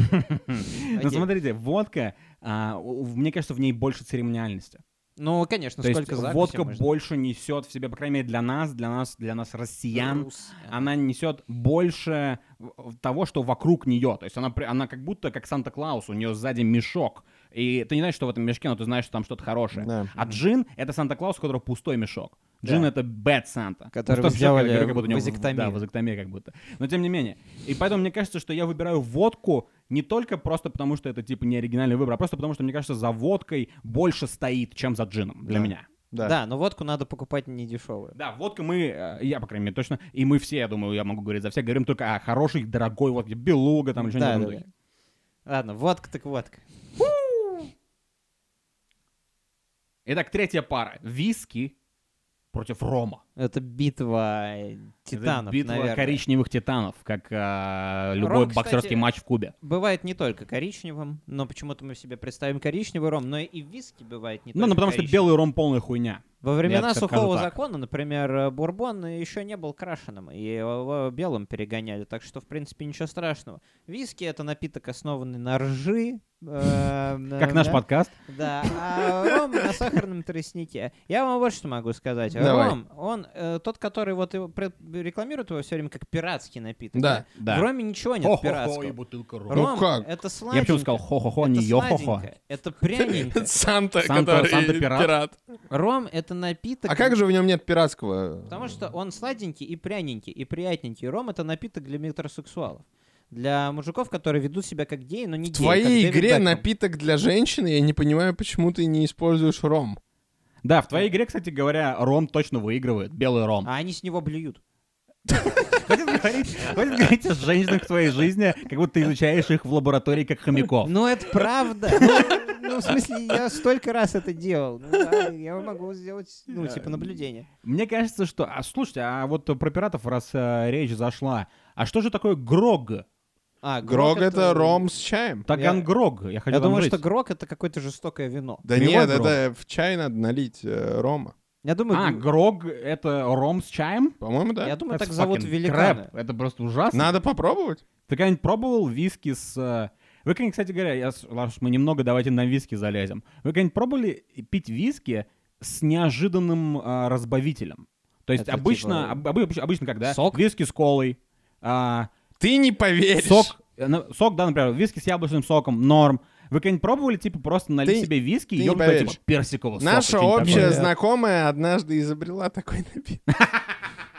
Speaker 3: Ну, смотрите, водка, а, у- в- мне кажется, в ней больше церемониальности.
Speaker 1: Ну, конечно,
Speaker 3: То есть
Speaker 1: сколько записей
Speaker 3: водка
Speaker 1: можно?
Speaker 3: больше несет в себе, по крайней мере, для нас, для нас, для нас, россиян,
Speaker 1: Рус.
Speaker 3: она несет больше в- в того, что вокруг нее. То есть она, при- она как будто как Санта-Клаус, у нее сзади мешок. И ты не знаешь, что в этом мешке, но ты знаешь, что там что-то хорошее.
Speaker 2: Да.
Speaker 3: А джин — это Санта-Клаус, у которого пустой мешок. Джин
Speaker 1: Да.
Speaker 3: это bad Санта.
Speaker 1: Которого
Speaker 3: Пустой мешок, я
Speaker 1: сделали
Speaker 3: говорю, как будто у него в-
Speaker 1: вазэктомию.
Speaker 3: Да, вазэктомия как будто. Но тем не менее. И поэтому мне кажется, что я выбираю водку не только просто потому, что это типа не оригинальный выбор, а просто потому, что мне кажется, за водкой больше стоит, чем за джином для
Speaker 2: Да.
Speaker 3: меня.
Speaker 1: Да, но водку надо покупать не дешевую.
Speaker 3: Да, водка мы, э, я, по крайней мере, точно, и мы все, я думаю, я могу говорить за всех, говорим только о хорошей, дорогой водке, белуга там или
Speaker 1: Да,
Speaker 3: что-нибудь. в
Speaker 1: да,
Speaker 3: этом духе.
Speaker 1: Ладно, водка так водка.
Speaker 3: Итак, третья пара. Виски против рома.
Speaker 1: Это битва э,
Speaker 3: Это
Speaker 1: титанов,
Speaker 3: битва
Speaker 1: наверное.
Speaker 3: коричневых титанов, как э, любой
Speaker 1: Ром, кстати,
Speaker 3: боксерский матч в Кубе.
Speaker 1: Бывает не только коричневым, но почему-то мы себе представим коричневый ром, но и виски бывает не
Speaker 3: Ну,
Speaker 1: только
Speaker 3: ну потому что
Speaker 1: коричневый.
Speaker 3: белый ром полная хуйня.
Speaker 1: Во времена
Speaker 3: Я, кстати,
Speaker 1: сухого
Speaker 3: скажу так.
Speaker 1: закона, например, э, бурбон еще не был крашеным, и его белым перегоняли, так что, в принципе, ничего страшного. Виски — это напиток, основанный на ржи. Как
Speaker 3: Как наш подкаст.
Speaker 1: Да, а ром на сахарном тростнике. Я вам вот что могу сказать.
Speaker 2: Давай.
Speaker 1: Ром, он э, тот, который вот его пред- рекламирует его все время как пиратский напиток.
Speaker 2: Да,
Speaker 3: да.
Speaker 1: В роме ничего нет
Speaker 3: Хо-хо-хо и
Speaker 1: пиратского.
Speaker 3: бутылка рома.
Speaker 2: Ну
Speaker 1: Ром
Speaker 2: как?
Speaker 1: это
Speaker 3: Я
Speaker 1: сладенько.
Speaker 3: почему сказал хо-хо-хо, не
Speaker 1: это
Speaker 3: йо-хо-хо.
Speaker 1: сладенько, это пряненько.
Speaker 2: Санта,
Speaker 3: Санта-
Speaker 2: который
Speaker 3: Санта
Speaker 2: пират.
Speaker 3: пират.
Speaker 1: Ром — это напиток...
Speaker 2: А как же в нем нет пиратского?
Speaker 1: Потому что он сладенький и пряненький, и приятненький. Ром — это напиток для метросексуалов. для мужиков, которые ведут себя как геи, но не
Speaker 2: В
Speaker 1: геи. как
Speaker 2: твоей
Speaker 1: Дэвид
Speaker 2: игре
Speaker 1: Бекхэм.
Speaker 2: напиток для женщины, я не понимаю, почему ты не используешь ром.
Speaker 3: Да, в твоей игре, кстати говоря, ром точно выигрывает, белый ром.
Speaker 1: А они с него блюют.
Speaker 3: Хватит говорить, хватит говорить о женщинах в твоей жизни, как будто ты изучаешь их в лаборатории как хомяков.
Speaker 1: Ну, это правда. Ну, Ну, в смысле, я столько раз это делал. Ну, да, я могу сделать, ну, типа, наблюдение.
Speaker 3: Мне кажется, что... А слушайте, а вот про пиратов, раз э, речь зашла, а что же такое грог?
Speaker 1: А,
Speaker 2: Грог — это ром с чаем.
Speaker 3: Таган грог, я хочу
Speaker 1: Я
Speaker 3: там
Speaker 1: думаю,
Speaker 3: жить.
Speaker 1: что грог — это какое-то жестокое вино.
Speaker 2: Да
Speaker 3: Пивой
Speaker 2: нет,
Speaker 3: грог.
Speaker 2: это в чай надо налить э, рома.
Speaker 1: Я думаю,
Speaker 3: А,
Speaker 1: г-
Speaker 3: грог — это ром с чаем?
Speaker 2: По-моему,
Speaker 1: я
Speaker 2: да.
Speaker 1: думаю,
Speaker 3: Это
Speaker 1: Ну, так зовут
Speaker 3: fucking
Speaker 1: великаны.
Speaker 3: crap. Это просто ужасно.
Speaker 2: Надо попробовать.
Speaker 3: Ты когда-нибудь пробовал виски с... э, Вы когда-нибудь, кстати говоря, я, с- ладно, уж мы немного давайте на виски залезем. Вы когда-нибудь пробовали пить виски с неожиданным э, разбавителем? То есть
Speaker 1: Это
Speaker 3: обычно,
Speaker 1: типа
Speaker 3: об- обы- обычно когда
Speaker 1: сок?
Speaker 3: виски с колой, а,
Speaker 2: Ты не поверишь.
Speaker 3: сок, э, на- сок, да, например, виски с яблочным соком, норм. Вы когда-нибудь пробовали, типа, просто налить
Speaker 2: Ты-
Speaker 3: себе виски и
Speaker 2: ты не
Speaker 3: ёбнуть, типа,
Speaker 2: поверишь.
Speaker 3: персикового сока,
Speaker 2: Наша
Speaker 3: что-нибудь
Speaker 2: общая
Speaker 3: такое?
Speaker 2: знакомая однажды изобрела такой напиток.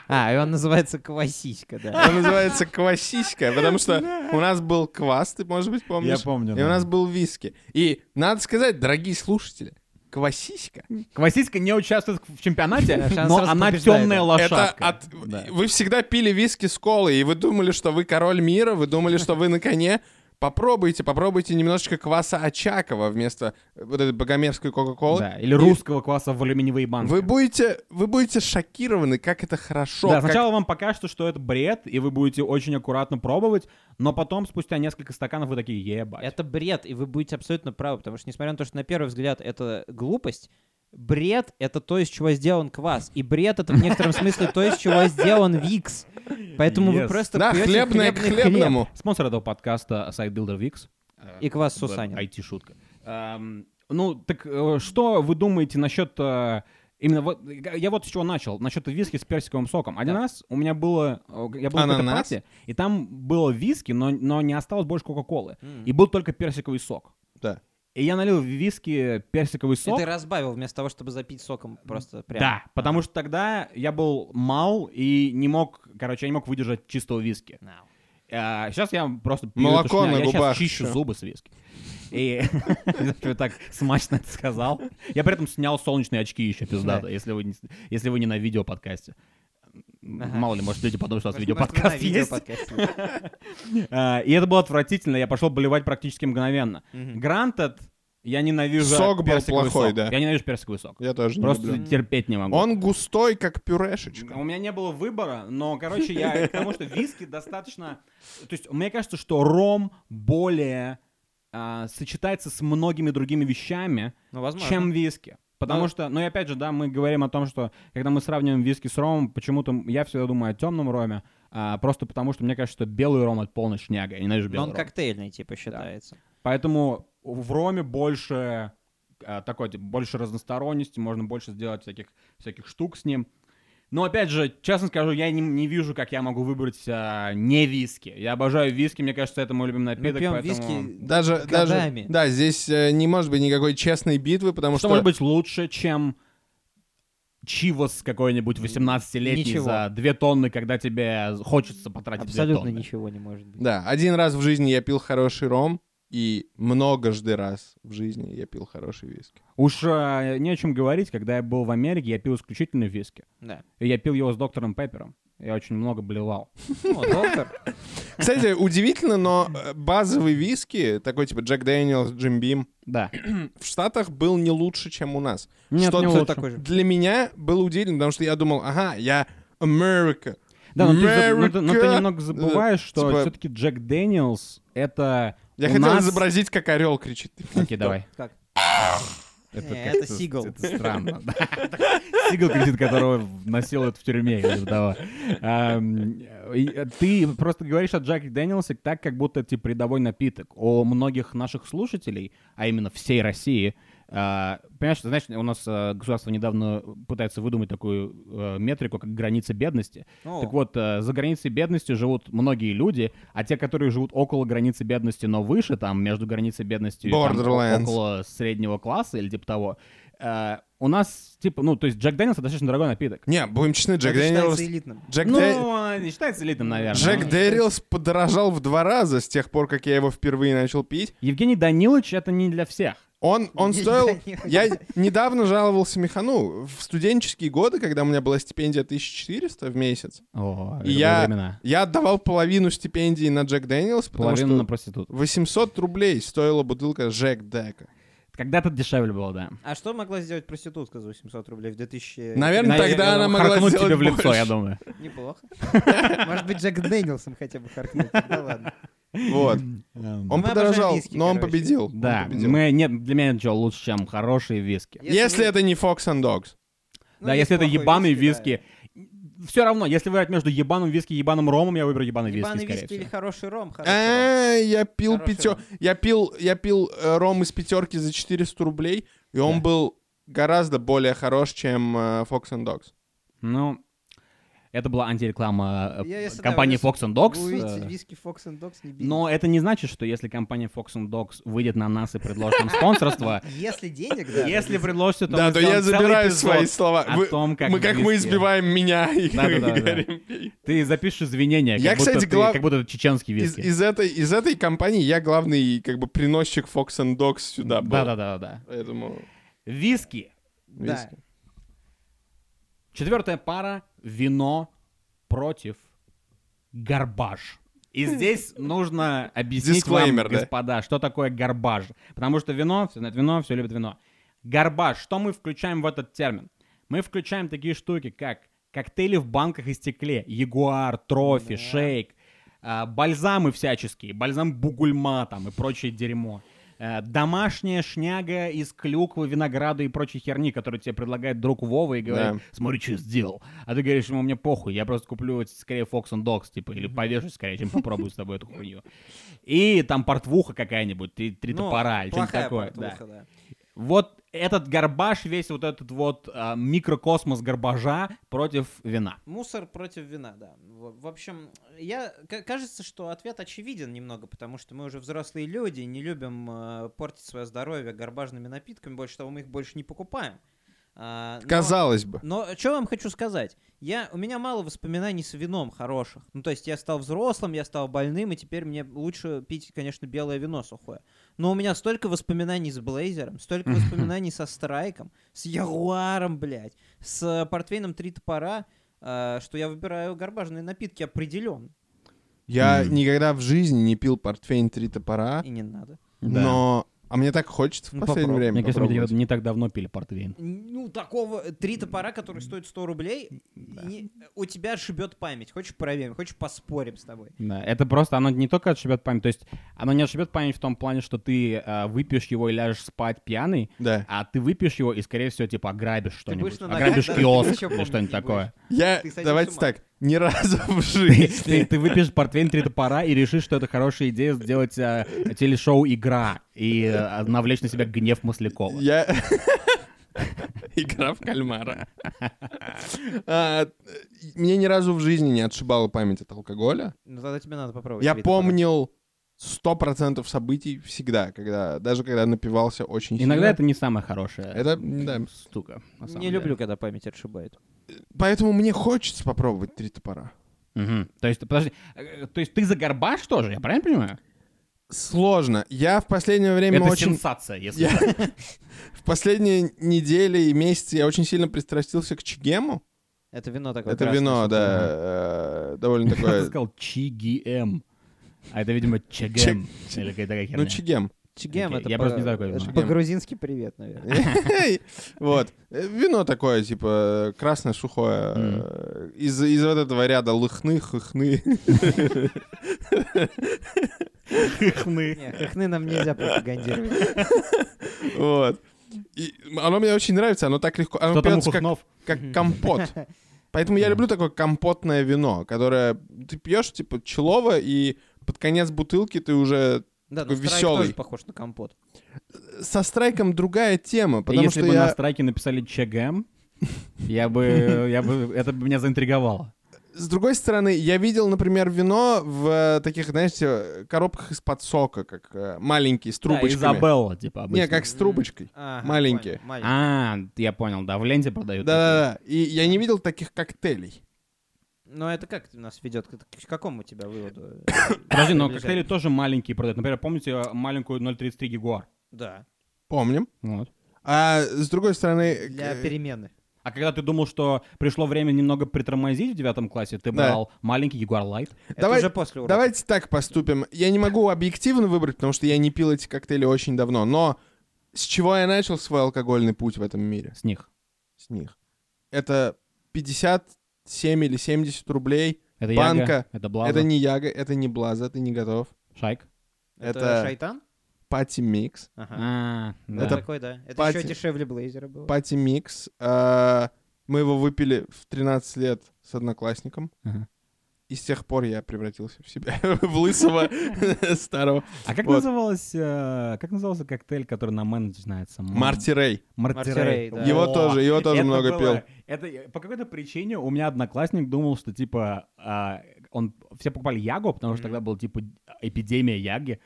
Speaker 1: А, и он называется квасиська, да.
Speaker 2: Он называется квасиська, потому что у нас был квас, ты, может быть, помнишь?
Speaker 3: Я помню,
Speaker 2: И
Speaker 3: да.
Speaker 2: у нас был виски. И надо сказать, дорогие слушатели, квасиська
Speaker 3: Квасиська не участвует в чемпионате,
Speaker 1: Да, она
Speaker 3: но
Speaker 1: сразу
Speaker 3: она
Speaker 1: побеждает,
Speaker 3: темная
Speaker 1: да.
Speaker 2: Это
Speaker 3: лошадка.
Speaker 2: от...
Speaker 3: Да.
Speaker 2: Вы всегда пили виски с колой, и вы думали, что вы король мира, вы думали, что вы на коне. Попробуйте, попробуйте немножечко кваса Очакова вместо э, вот этой богомерзкой Кока-Колы.
Speaker 3: Да, или русского класса в алюминиевой банке.
Speaker 2: Вы будете, вы будете шокированы, как это хорошо.
Speaker 3: Да,
Speaker 2: как-
Speaker 3: сначала вам покажется, что это бред, и вы будете очень аккуратно пробовать, но потом, спустя несколько стаканов, вы такие, ебать.
Speaker 1: Это бред, и вы будете абсолютно правы, потому что, несмотря на то, что на первый взгляд это глупость, бред — это то, из чего сделан квас, и бред — это в некотором смысле то, из чего сделан викс. Поэтому
Speaker 3: Yes.
Speaker 1: вы просто
Speaker 2: Да,
Speaker 1: пьете
Speaker 2: хлебное к
Speaker 1: хлебный хлеб
Speaker 2: хлебному.
Speaker 3: Спонсор этого подкаста — Сайдбилдер Викс.
Speaker 1: и квас Сусанин.
Speaker 3: IT-шутка. Эм, ну, так э, что вы думаете насчет... э, Именно вот, я вот с чего начал, насчет виски с персиковым соком. Один
Speaker 1: Да.
Speaker 3: раз у меня было, э, я был на какой-то
Speaker 2: Ананас?
Speaker 3: пати, и там было виски, но, но не осталось больше кока-колы.
Speaker 1: М.
Speaker 3: И был только персиковый сок.
Speaker 2: Да.
Speaker 3: И я налил в виски персиковый
Speaker 1: И
Speaker 3: сок.
Speaker 1: ты разбавил вместо того, чтобы запить соком просто прям.
Speaker 3: Да, потому что тогда я был мал и не мог, короче, я не мог выдержать чистого виски.
Speaker 1: No.
Speaker 3: сейчас А, я просто пью
Speaker 2: Молоко
Speaker 3: эту шнягу,
Speaker 2: на
Speaker 3: я щас
Speaker 2: губах
Speaker 3: чищу
Speaker 2: ещё.
Speaker 3: зубы с виски. И не знаю, почему я так смачно это сказал. Я при этом снял солнечные очки еще, пиздато, если вы не, если вы не на видеоподкасте.
Speaker 1: Ага.
Speaker 3: Мало ли, может, люди подумают, что у нас
Speaker 1: Может,
Speaker 3: видеоподкаст
Speaker 1: может, вы на
Speaker 3: есть.
Speaker 1: видеоподкасте.
Speaker 3: А, И это было отвратительно, я пошел болевать практически мгновенно.
Speaker 1: Мгм.
Speaker 3: Грантед, я ненавижу
Speaker 2: Сок был
Speaker 3: персиковый
Speaker 2: плохой,
Speaker 3: сок.
Speaker 2: да.
Speaker 3: Я ненавижу персиковый сок.
Speaker 2: Я тоже не
Speaker 3: Просто
Speaker 2: люблю.
Speaker 3: терпеть не могу.
Speaker 2: Он густой, как пюрешечка.
Speaker 3: У меня не было выбора, но, короче, я к тому, что виски достаточно... То есть, мне кажется, что ром более а, сочетается с многими другими вещами,
Speaker 1: Ну, возможно.
Speaker 3: чем виски. Потому
Speaker 1: Ну-
Speaker 3: что, ну и опять же, да, мы говорим о том, что когда мы сравниваем виски с ромом, почему-то я всегда думаю о темном роме, а, просто потому что мне кажется, что белый ром — это полная шняга, я ненавижу
Speaker 1: Но
Speaker 3: белый
Speaker 1: он
Speaker 3: ром.
Speaker 1: коктейльный, типа, считается.
Speaker 3: Поэтому в роме больше а, такой, типа, больше разносторонности, можно больше сделать всяких, всяких штук с ним. Но опять же, честно скажу, я не, не вижу, как я могу выбрать а, не виски. Я обожаю виски, мне кажется, это мой любимый
Speaker 1: Мы
Speaker 3: напиток.
Speaker 1: пьем
Speaker 3: поэтому-
Speaker 1: Ну, виски
Speaker 2: Даже, даже,
Speaker 1: годами.
Speaker 2: да, здесь э, не может быть никакой честной битвы, потому что,
Speaker 3: Что может быть лучше, чем чивос какой-нибудь 18-летний
Speaker 1: Ничего.
Speaker 3: за 2 тонны, когда тебе хочется потратить две
Speaker 1: Абсолютно
Speaker 3: тонны?
Speaker 1: ничего не может быть.
Speaker 2: да, один раз в жизни я пил хороший ром, и многожды раз в жизни я пил хороший виски.
Speaker 3: Уж а, не о чем говорить, когда я был в Америке, я пил исключительно виски.
Speaker 1: Да.
Speaker 3: И я пил его с доктором Пеппером. Я очень много блевал.
Speaker 1: Ну, доктор.
Speaker 2: Кстати, удивительно, но э, базовый виски, такой типа Джек Дэниелс, Джим Бим,
Speaker 3: Да.
Speaker 2: в Штатах был не лучше, чем у нас.
Speaker 3: Нет,
Speaker 2: что
Speaker 3: не
Speaker 2: для-
Speaker 3: лучше.
Speaker 1: такой же.
Speaker 2: Для меня было удивительно, потому что я думал, ага, я Америка.
Speaker 3: Да, но ты, за- но ты- но ты
Speaker 2: America.
Speaker 3: немного забываешь, что
Speaker 2: Типа-
Speaker 3: все-таки Джек Дэниелс это
Speaker 2: Я
Speaker 3: у
Speaker 2: хотел
Speaker 3: нас-
Speaker 2: изобразить, как орел кричит.
Speaker 3: Окей, давай.
Speaker 1: Как?
Speaker 3: Э, Это,
Speaker 1: Не,
Speaker 3: как-то-
Speaker 1: это Сигал.
Speaker 3: Это странно. да. Сигал кричит, которого насилуют в тюрьме. или вдова. Ам, и Ты просто говоришь о Джеке Дэниелсе так, как будто это типа рядовой напиток. У многих наших слушателей, а именно всей России, а, понимаешь, ты знаешь, у нас а, государство недавно пытается выдумать такую э, метрику, как граница бедности.
Speaker 1: О.
Speaker 3: Так вот, э, за границей бедности живут многие люди, а те, которые живут около границы бедности, но выше, там, между границей бедности и там, о-
Speaker 2: Borderlands.
Speaker 3: около среднего класса или типа того, э, у нас, типа, ну, то есть Джек Дэниелс — это достаточно дорогой напиток.
Speaker 2: Не, будем честны, Джек
Speaker 1: Это считается
Speaker 2: Дэниелс...
Speaker 1: элитным.
Speaker 2: Джек,
Speaker 3: ну,
Speaker 2: Дэ-
Speaker 3: не считается элитным, наверное.
Speaker 2: Джек Дэниелс подорожал в два раза с тех пор, как я его впервые начал пить.
Speaker 3: Евгений Данилович — это не для всех.
Speaker 2: Он, он
Speaker 1: Не
Speaker 2: стоил...
Speaker 1: Дэниелс.
Speaker 2: Я недавно жаловался Михану. В студенческие годы, когда у меня была стипендия 1400 в месяц,
Speaker 3: О,
Speaker 2: И я- я отдавал половину стипендии на Джек Дэниелс, потому
Speaker 3: Половину на
Speaker 2: что
Speaker 3: проститут.
Speaker 2: 800 рублей стоила бутылка Джек Дека.
Speaker 3: Когда-то дешевле было, да.
Speaker 1: А что могла сделать проститутка за 800 рублей в 2000?
Speaker 2: Наверное,
Speaker 3: Наверное,
Speaker 2: тогда она
Speaker 3: ну,
Speaker 2: могла
Speaker 3: харкнуть
Speaker 2: сделать
Speaker 3: тебе в лицо,
Speaker 2: больше.
Speaker 3: я думаю.
Speaker 1: Неплохо. Может быть, Джек Дэниелсом хотя бы харкнул. Да ладно.
Speaker 2: Вот. Он
Speaker 1: Мы
Speaker 2: подорожал,
Speaker 1: обожаем виски,
Speaker 2: но он
Speaker 1: короче.
Speaker 2: победил. Он
Speaker 3: Эм. Да,
Speaker 2: победил.
Speaker 3: мы, нет, для меня ничего лучше, чем хорошие виски.
Speaker 1: Если
Speaker 2: Если
Speaker 1: вы-
Speaker 2: это не Fox and Dogs.
Speaker 1: Ну,
Speaker 3: да,
Speaker 1: есть
Speaker 3: если это
Speaker 1: плохой
Speaker 3: ебаный
Speaker 1: виски,
Speaker 3: виски. Все равно, если выбирать между ебаным виски и ебаным ромом, я выберу ебаный виски,
Speaker 1: Ебаный
Speaker 3: скорее
Speaker 1: виски или
Speaker 3: всего. Э,
Speaker 1: хороший ром. хороший ром.
Speaker 2: А, я пил
Speaker 1: Хороший
Speaker 2: пятер...
Speaker 1: ром.
Speaker 2: Я пил, я пил э, ром из пятерки за 400 рублей, и он
Speaker 3: Да.
Speaker 2: был гораздо более хорош, чем э, Fox and Dogs.
Speaker 3: Ну, это была антиреклама э,
Speaker 1: Я, если, да,
Speaker 3: компании
Speaker 1: если
Speaker 3: Fox and
Speaker 1: Вы увидите
Speaker 3: Dogs. э,
Speaker 1: виски Fox and Dogs, не бейте.
Speaker 3: Но это не значит, что если компания Fox and Dogs выйдет на нас и предложит нам спонсорство,
Speaker 1: Если денег, да.
Speaker 3: если
Speaker 1: то-
Speaker 3: предложите, то
Speaker 2: да,
Speaker 3: мы
Speaker 2: то я
Speaker 3: сделаем целый
Speaker 2: забираю
Speaker 3: эпизод
Speaker 2: свои слова.
Speaker 3: о
Speaker 2: Вы-
Speaker 3: том, как
Speaker 2: мы как мы
Speaker 3: виски.
Speaker 2: избиваем меня и
Speaker 3: Да-да-да, да.
Speaker 2: говорим, «Пей».
Speaker 3: Ты запишешь извинения, как,
Speaker 2: Я,
Speaker 3: будто,
Speaker 2: кстати,
Speaker 3: ты-
Speaker 2: глав-
Speaker 3: как будто это чеченский
Speaker 2: Из,
Speaker 3: виски.
Speaker 2: из этой, из этой компании я главный как бы приносчик Fox and Dogs сюда был.
Speaker 3: Да-да-да-да.
Speaker 2: Поэтому ну,
Speaker 3: Виски.
Speaker 1: Да.
Speaker 2: виски.
Speaker 3: Четвертая пара — вино против гарбаж. И здесь нужно объяснить вам,
Speaker 2: Дисклеймер, да.
Speaker 3: господа, что такое гарбаж. Потому что вино, все знают вино, все любят вино. Гарбаж. Что мы включаем в этот термин? Мы включаем такие штуки, как коктейли в банках и стекле, ягуар, трофи,
Speaker 1: Да.
Speaker 3: шейк, а, бальзамы всяческие, бальзам бугульма там и прочее дерьмо. Э, Домашняя шняга из клюквы, винограда и прочей херни, которую тебе предлагает друг Вова и говорит,
Speaker 2: Да.
Speaker 3: смотри, что я сделал. А ты говоришь ему, мне похуй, я просто куплю вот скорее Fox and Dogs, типа, или повешусь скорее, чем попробую с тобой эту хуйню. И там портвуха какая-нибудь, три, три
Speaker 1: Ну,
Speaker 3: топора, или что-нибудь
Speaker 1: плохая
Speaker 3: такое. да.
Speaker 1: портвуха, да.
Speaker 3: Вот этот гарбаж, весь вот этот вот а, микрокосмос гарбажа против вина.
Speaker 1: Мусор против вина, да. В в общем, я к- кажется, что ответ очевиден немного, потому что мы уже взрослые люди, и не любим э, портить свое здоровье гарбажными напитками, больше того, мы их больше не покупаем. А, но-
Speaker 2: Казалось бы.
Speaker 1: Но что вам хочу сказать? Я, у меня мало воспоминаний с вином хороших. Ну, то есть я стал взрослым, я стал больным, и теперь мне лучше пить, конечно, белое вино сухое. Но у меня столько воспоминаний с Блейзером, столько воспоминаний со Страйком, с Ягуаром, блядь, с э, портвейном «Три топора», э, что я выбираю гарбажные напитки определенно.
Speaker 2: Я
Speaker 3: Мгм.
Speaker 2: никогда в жизни не пил портфейн три топора,
Speaker 1: И не надо.
Speaker 2: но... А мне так хочется в
Speaker 1: Ну,
Speaker 2: последнее
Speaker 1: попробуй.
Speaker 2: время
Speaker 3: Мне кажется, мы
Speaker 2: попробовать.
Speaker 3: не так давно пили портвейн.
Speaker 1: Ну, такого э, три топора, которые стоят 100 рублей, не- у тебя шибет память. Хочешь проверим, хочешь поспорим с тобой.
Speaker 3: Да, это просто, оно не только отшибет память, то есть оно не отшибет память в том плане, что ты а, выпьешь его и ляжешь спать пьяный,
Speaker 2: Да.
Speaker 3: а ты выпьешь его и, скорее всего, типа ограбишь что-нибудь.
Speaker 1: будешь на ногах,
Speaker 3: ограбишь
Speaker 1: да, ты
Speaker 3: киоск
Speaker 1: ничего
Speaker 3: или
Speaker 1: помнить
Speaker 3: что-нибудь
Speaker 1: не
Speaker 3: такое.
Speaker 2: Я,
Speaker 1: Ты сойдёшь
Speaker 2: давайте
Speaker 1: с ума.
Speaker 2: так, ни разу в
Speaker 3: Ты,
Speaker 2: жизни.
Speaker 3: ты- ты выпьешь портвейн три топора и решишь, что это хорошая идея сделать а, телешоу «Игра» и а, навлечь на себя гнев Маслякова.
Speaker 2: Я... Игра в кальмара. А, Мне ни разу в жизни не отшибала память от алкоголя.
Speaker 1: Ну, тогда тебе надо попробовать.
Speaker 2: Я
Speaker 1: «Три топора».
Speaker 2: помнил 100% событий всегда, когда даже когда напивался очень сильно.
Speaker 3: Иногда это не самая хорошая
Speaker 2: Это, да.
Speaker 3: штука. на самом
Speaker 1: Не
Speaker 3: деле.
Speaker 1: люблю, когда память отшибает.
Speaker 2: Поэтому мне хочется попробовать три топора.
Speaker 3: Мгм. То есть, подожди, э, то есть ты за горбаш тоже, я правильно понимаю?
Speaker 2: Сложно. Я в последнее время
Speaker 3: это
Speaker 2: очень...
Speaker 3: сенсация, если
Speaker 2: Я- В последние недели и месяцы я очень сильно пристрастился к чигему.
Speaker 1: Это вино такое.
Speaker 2: Это
Speaker 1: красное,
Speaker 2: вино,
Speaker 1: что-то.
Speaker 2: да, э, довольно
Speaker 3: Ты
Speaker 2: такое...
Speaker 3: сказал ЧГМ. А это, видимо, ЧГМ. Или какая-то
Speaker 2: Ну,
Speaker 3: такая херня.
Speaker 2: чигем.
Speaker 1: Чигем
Speaker 3: Окей,
Speaker 1: это
Speaker 3: я
Speaker 1: по-
Speaker 3: просто не знаю, какое вино.
Speaker 1: это По-грузински привет, наверное.
Speaker 2: Вот. Э, Вино такое, типа, красное, сухое. э, Из из вот этого ряда лыхны, хыхны.
Speaker 1: Не, хохны нам нельзя пропагандировать.
Speaker 2: Вот. И оно мне очень нравится, оно так легко. Оно
Speaker 3: Кто там у
Speaker 2: пьется как,
Speaker 3: Хухнов?
Speaker 2: как компот. Поэтому я люблю такое компотное вино, которое ты пьешь, типа, челово, и под конец бутылки ты уже...
Speaker 1: Да,
Speaker 2: Такой
Speaker 1: ну страйк
Speaker 2: весёлый.
Speaker 1: тоже похож на компот.
Speaker 2: Со страйком другая тема, потому
Speaker 3: Если
Speaker 2: что
Speaker 3: бы
Speaker 2: я...
Speaker 3: на страйке написали ЧГМ, я бы, я бы, это бы меня заинтриговало.
Speaker 2: с другой стороны, я видел, например, вино в э, таких, знаете, коробках из-под сока, как э, маленькие, с трубочками.
Speaker 3: Да, Изабелла, типа, обычно.
Speaker 2: Не, как с трубочкой.
Speaker 1: Ага,
Speaker 2: Маленькие.
Speaker 1: понял, маленькие.
Speaker 3: А, я понял, да, в ленте продают.
Speaker 2: Да-да-да. И я не видел таких коктейлей.
Speaker 1: Но это как нас ведет? К к какому у тебя выводу? ну,
Speaker 3: Подожди, но
Speaker 1: приближает?
Speaker 3: коктейли тоже маленькие продают. Например, помните э, маленькую 0,33 Гигуар?
Speaker 1: Да,
Speaker 2: Помним.
Speaker 3: Вот.
Speaker 2: А с другой стороны... э,
Speaker 1: для перемены.
Speaker 3: А когда ты думал, что пришло время немного притормозить в девятом классе, ты
Speaker 2: Да.
Speaker 3: брал маленький Ягуар Лайт.
Speaker 1: Это
Speaker 2: Давай-
Speaker 1: уже после урока.
Speaker 2: Давайте так поступим. Я не могу объективно выбрать, потому что я не пил эти коктейли очень давно, но с чего я начал свой алкогольный путь в этом мире?
Speaker 3: с них.
Speaker 2: С них. Это 57 или 70 рублей.
Speaker 3: Это
Speaker 2: Банка.
Speaker 3: Яга, это Блаза,
Speaker 2: Это не Яга, это не Блаза, ты не готов.
Speaker 3: Шайк.
Speaker 1: Это
Speaker 2: это-
Speaker 1: шайтан?
Speaker 2: Пати Микс.
Speaker 1: Ага.
Speaker 3: А, да.
Speaker 1: Это
Speaker 2: Это
Speaker 1: такой, да. Это
Speaker 2: пати-
Speaker 1: еще дешевле Блейзера было.
Speaker 2: Пати Микс. А, Мы его выпили в 13 лет с одноклассником.
Speaker 3: Ага.
Speaker 2: И с тех пор я превратился в себя, в лысого старого.
Speaker 3: А как
Speaker 2: Вот.
Speaker 3: называлось, э, как назывался коктейль, который на М начинается? М-
Speaker 2: Марти Рэй.
Speaker 1: Мартирей,
Speaker 3: Мартирей.
Speaker 1: да.
Speaker 2: Его
Speaker 3: О,
Speaker 2: тоже, его тоже
Speaker 3: это
Speaker 2: много
Speaker 3: было-
Speaker 2: пил.
Speaker 3: Это по какой-то причине у меня одноклассник думал, что типа а, он все покупали Ягу, потому что
Speaker 1: Мгм.
Speaker 3: тогда была типа эпидемия Яги,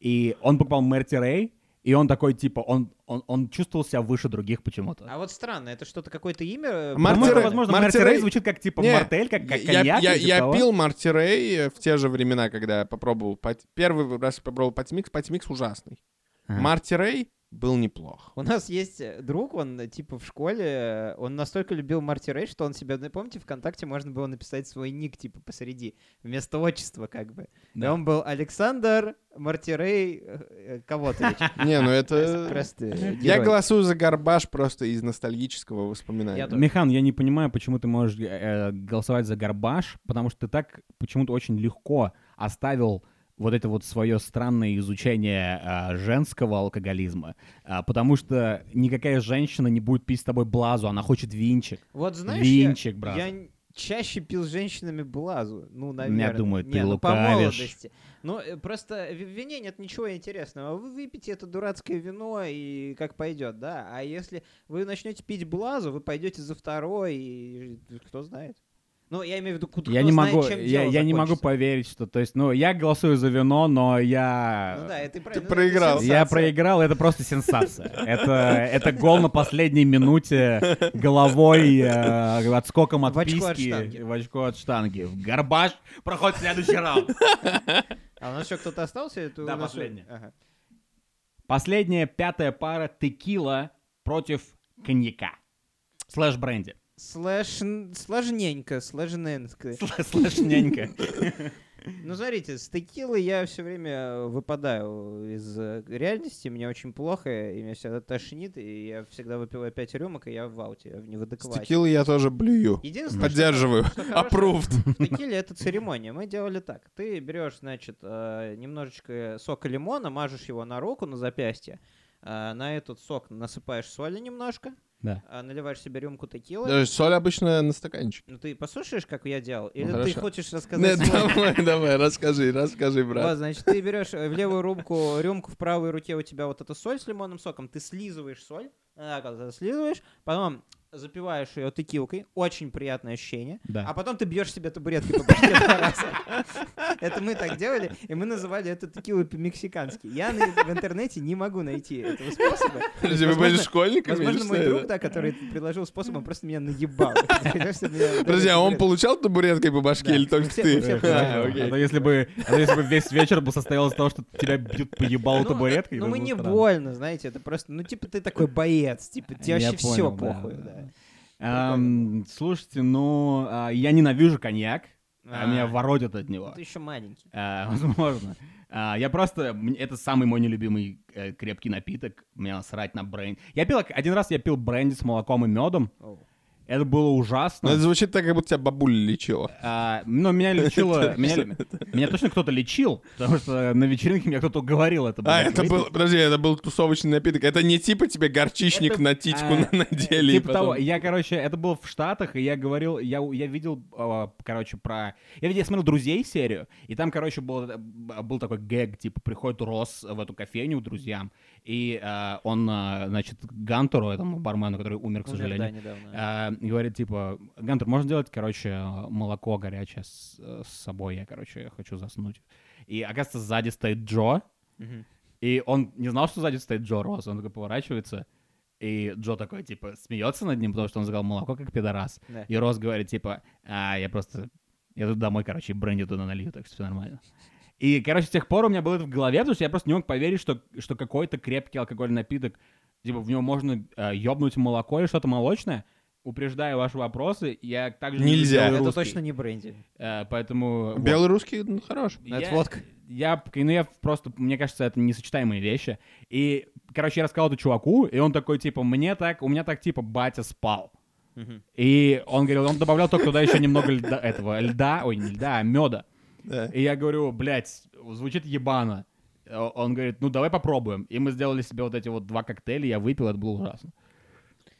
Speaker 3: и он покупал Мартирей, и он такой типа он он он чувствовал себя выше других почему-то.
Speaker 1: А вот странно, это что-то какое-то имя? э,
Speaker 2: Мартирей.
Speaker 3: Потому что,
Speaker 1: по-моему,
Speaker 3: возможно,
Speaker 2: Мартирей-
Speaker 3: Мартирей звучит как типа
Speaker 2: Не,
Speaker 3: мартель, как, как
Speaker 2: я,
Speaker 3: коньяк.
Speaker 2: я-
Speaker 3: типа
Speaker 2: я
Speaker 3: того.
Speaker 2: пил Марти Рэй в те же времена, когда я попробовал... пати- Первый раз я попробовал Патимикс. Патимикс ужасный.
Speaker 3: Ага.
Speaker 2: Марти Рэй был неплох.
Speaker 1: У нас есть э, друг, он э, типа в школе, э, он настолько любил Марти Рэй, что он себя, ну, помните, ВКонтакте можно было написать свой ник типа посреди, вместо отчества как бы. И
Speaker 3: Да.
Speaker 1: он был Александр Марти Рэй э, э, кого-то.
Speaker 2: Не, ну это...
Speaker 1: Просто э,
Speaker 2: Я
Speaker 1: герой.
Speaker 2: голосую за Горбаш просто из ностальгического воспоминания.
Speaker 1: Я тоже.
Speaker 3: Михан, я не понимаю, почему ты можешь э, э, голосовать за Горбаш, потому что ты так почему-то очень легко оставил вот это вот свое странное изучение э, женского алкоголизма, А, потому что никакая женщина не будет пить с тобой блазу, она хочет винчик.
Speaker 1: Вот знаешь, я-
Speaker 3: винчик, брат.
Speaker 1: я н- чаще пил с женщинами блазу. Ну, наверное.
Speaker 3: думаю, ты
Speaker 1: Не, ну, по
Speaker 3: лукавишь.
Speaker 1: молодости. Ну, э, просто в вине нет ничего интересного. А Вы выпьете это дурацкое вино и как пойдет, да. А если вы начнете пить блазу, вы пойдете за второй, и кто знает. Ну, я имею в виду, куда
Speaker 3: Я не могу, я, я не могу поверить, что, то есть, ну, я голосую за вино, но я...
Speaker 1: Ну да, это и правильно. Ну, это
Speaker 2: проиграл.
Speaker 1: сенсация.
Speaker 3: Я проиграл, это просто сенсация. Это, это гол на последней минуте головой, э, отскоком от
Speaker 1: В очко от
Speaker 3: писки,
Speaker 1: штанги.
Speaker 3: в очко от штанги. Горбаш проходит следующий раунд.
Speaker 1: А у нас еще кто-то остался? Это у
Speaker 3: Да,
Speaker 1: нас-
Speaker 3: последний.
Speaker 1: Ага.
Speaker 3: Последняя, пятая пара текила против коньяка. Слэш бренди.
Speaker 1: Слэш... Сложненько, сложненько.
Speaker 3: Сл- Слэш нянька.
Speaker 1: Ну, смотрите, с текилой я все время э, выпадаю из э, реальности, мне очень плохо, и меня всегда тошнит, и я всегда выпиваю пять рюмок, и я в ауте, я в- не в
Speaker 2: С
Speaker 1: адеквате.
Speaker 2: текилой я тоже блюю.
Speaker 1: Единственное, что-
Speaker 2: Поддерживаю.
Speaker 1: что хорошего
Speaker 2: Approved.
Speaker 1: в текиле это церемония. Мы делали так. Ты берешь, значит, э, немножечко сока лимона, мажешь его на руку, на запястье, э, на этот сок насыпаешь соли немножко,
Speaker 3: Да.
Speaker 1: э, наливаешь себе рюмку текилы.
Speaker 2: Э, Соль обычно на стаканчике.
Speaker 1: Ну, ты послушаешь, как я делал? Или ты
Speaker 2: хорошо.
Speaker 1: хочешь рассказать
Speaker 2: Нет,
Speaker 1: свой
Speaker 2: давай, давай, расскажи, расскажи,
Speaker 1: Вот,
Speaker 2: брат.
Speaker 1: значит, ты берешь э, в левую рубку рюмку, в правой руке у тебя вот эта соль с лимонным соком, ты слизываешь соль, так вот это слизываешь, потом запиваешь ее текилкой, очень приятное ощущение, а
Speaker 3: Да.
Speaker 1: потом ты бьешь себе табуреткой по башке два раза. Это мы так делали, и мы называли это текилой по-мексикански. Я на- в интернете не могу найти этого способа.
Speaker 2: Подожди, Вы
Speaker 1: возможно-
Speaker 2: были школьниками? или
Speaker 1: Возможно,
Speaker 2: что
Speaker 1: мой
Speaker 2: это?
Speaker 1: друг, да, который это предложил способ, он просто меня наебал.
Speaker 2: Подожди, а
Speaker 1: Друзья,
Speaker 2: он получал табуреткой по башке
Speaker 1: Да.
Speaker 2: или только
Speaker 1: Все-
Speaker 2: ты?
Speaker 1: все
Speaker 2: А,
Speaker 1: получали.
Speaker 2: окей.
Speaker 3: Это если бы, это если бы весь вечер бы состоял из того, что тебя бьют по ебалу
Speaker 1: Ну,
Speaker 3: табуреткой.
Speaker 1: Ну,
Speaker 3: это
Speaker 1: мы
Speaker 3: было
Speaker 1: не
Speaker 3: странно.
Speaker 1: больно, знаете, это просто, ну, типа, ты такой боец, типа, тебе
Speaker 3: Я
Speaker 1: вообще все
Speaker 3: понял, да,
Speaker 1: похуй,
Speaker 3: да.
Speaker 1: да.
Speaker 3: Эм, Слушайте, ну, а, я ненавижу коньяк, а
Speaker 1: А,
Speaker 3: меня воротят от него.
Speaker 1: ну, Ты еще маленький.
Speaker 3: А, возможно. А, я просто... м- Это самый мой нелюбимый э, крепкий напиток. Меня насрать на бренди. Я пил... Один раз я пил бренди с молоком и медом.
Speaker 1: Оу.
Speaker 3: Это было ужасно.
Speaker 2: Ну, это звучит так, как будто тебя бабуля лечила.
Speaker 3: А, но меня лечило... Меня, меня точно кто-то лечил, потому что на вечеринке меня кто-то уговорил это.
Speaker 2: А,
Speaker 3: блядь,
Speaker 2: это
Speaker 3: выпить.
Speaker 2: был, подожди, это был тусовочный напиток. Это не типа тебе горчичник
Speaker 3: Это-
Speaker 2: на титьку
Speaker 3: а,
Speaker 2: надели. и
Speaker 3: Типа того,
Speaker 2: потом-
Speaker 3: я, короче, это было в Штатах, и я говорил, я, у- я видел, а, короче, про... Я, видел- я смотрел «Друзей» серию, и там, короче, был, был такой гэг, типа, приходит Рос в эту кофейню к друзьям, и а, он, а, значит, Гантеру, этому бармену, который умер,
Speaker 1: Умер,
Speaker 3: к
Speaker 1: да,
Speaker 3: сожалению,
Speaker 1: недавно.
Speaker 3: а, и говорит, типа, Гантер, можно делать, короче, молоко горячее с, с собой? Я, короче, хочу заснуть. И, оказывается, сзади стоит Джо,
Speaker 1: Мгм.
Speaker 3: и он не знал, что сзади стоит Джо Росс. Он такой поворачивается, и Джо такой, типа, смеется над ним, потому что он сказал молоко, как пидорас.
Speaker 1: Да.
Speaker 3: И Росс говорит, типа, а, я просто... Я тут домой, короче, бренди туда налью, так что все нормально. И, короче, с тех пор у меня было это в голове, потому что я просто не мог поверить, что, что какой-то крепкий алкогольный напиток, типа, в него можно э, ёбнуть молоко или что-то молочное. Упреждаю ваши вопросы, я также не
Speaker 2: Нельзя.
Speaker 3: люблю
Speaker 1: Это
Speaker 3: русский.
Speaker 1: точно не бренди.
Speaker 3: Э, поэтому... вот.
Speaker 2: Белый русский ну, хорош.
Speaker 1: Но Это
Speaker 3: Я-
Speaker 1: водка.
Speaker 3: Я, п- ну я просто, мне кажется, это несочетаемые вещи. И, короче, я рассказал это чуваку, и он такой, типа, мне так, у меня так, типа, батя спал.
Speaker 1: Мгм.
Speaker 3: И он говорил, он добавлял только туда еще немного льда, этого льда, ой, не льда, а меда.
Speaker 2: Да.
Speaker 3: И я говорю, блядь, звучит ебано. Э, Он говорит, ну давай попробуем. И мы сделали себе вот эти вот два коктейля, я выпил, это было ужасно.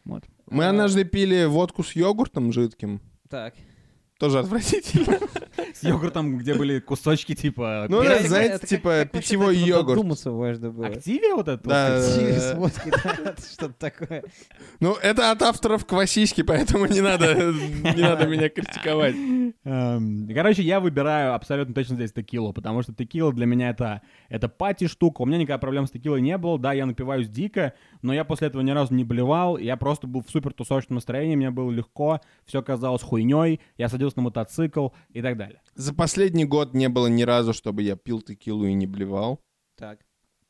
Speaker 3: Вот.
Speaker 2: Мы однажды пили водку с йогуртом жидким.
Speaker 1: Так.
Speaker 2: Тоже отвратительно.
Speaker 3: С йогуртом, где были кусочки, типа,
Speaker 2: Ну,
Speaker 3: персика.
Speaker 2: это, знаете,
Speaker 1: как-
Speaker 2: типа,
Speaker 1: как вообще
Speaker 2: питьевой
Speaker 1: до этого
Speaker 2: йогурт.
Speaker 1: Додуматься можно было.
Speaker 3: Активия вот это?
Speaker 2: Да,
Speaker 3: вот?
Speaker 1: Чирс, водки, да, это что-то такое.
Speaker 2: Ну, это от авторов квасиськи, поэтому не надо, не надо меня критиковать.
Speaker 3: Эм, Короче, я выбираю абсолютно точно здесь текилу, потому что текила для меня это, это пати-штука. У меня никакая проблем с текилой не было. Да, я напиваюсь дико, но я после этого ни разу не блевал. Я просто был в супер тусовочном настроении, мне было легко, все казалось хуйней, я садился на мотоцикл и так далее.
Speaker 2: За последний год не было ни разу, чтобы я пил текилу и не блевал.
Speaker 1: Так,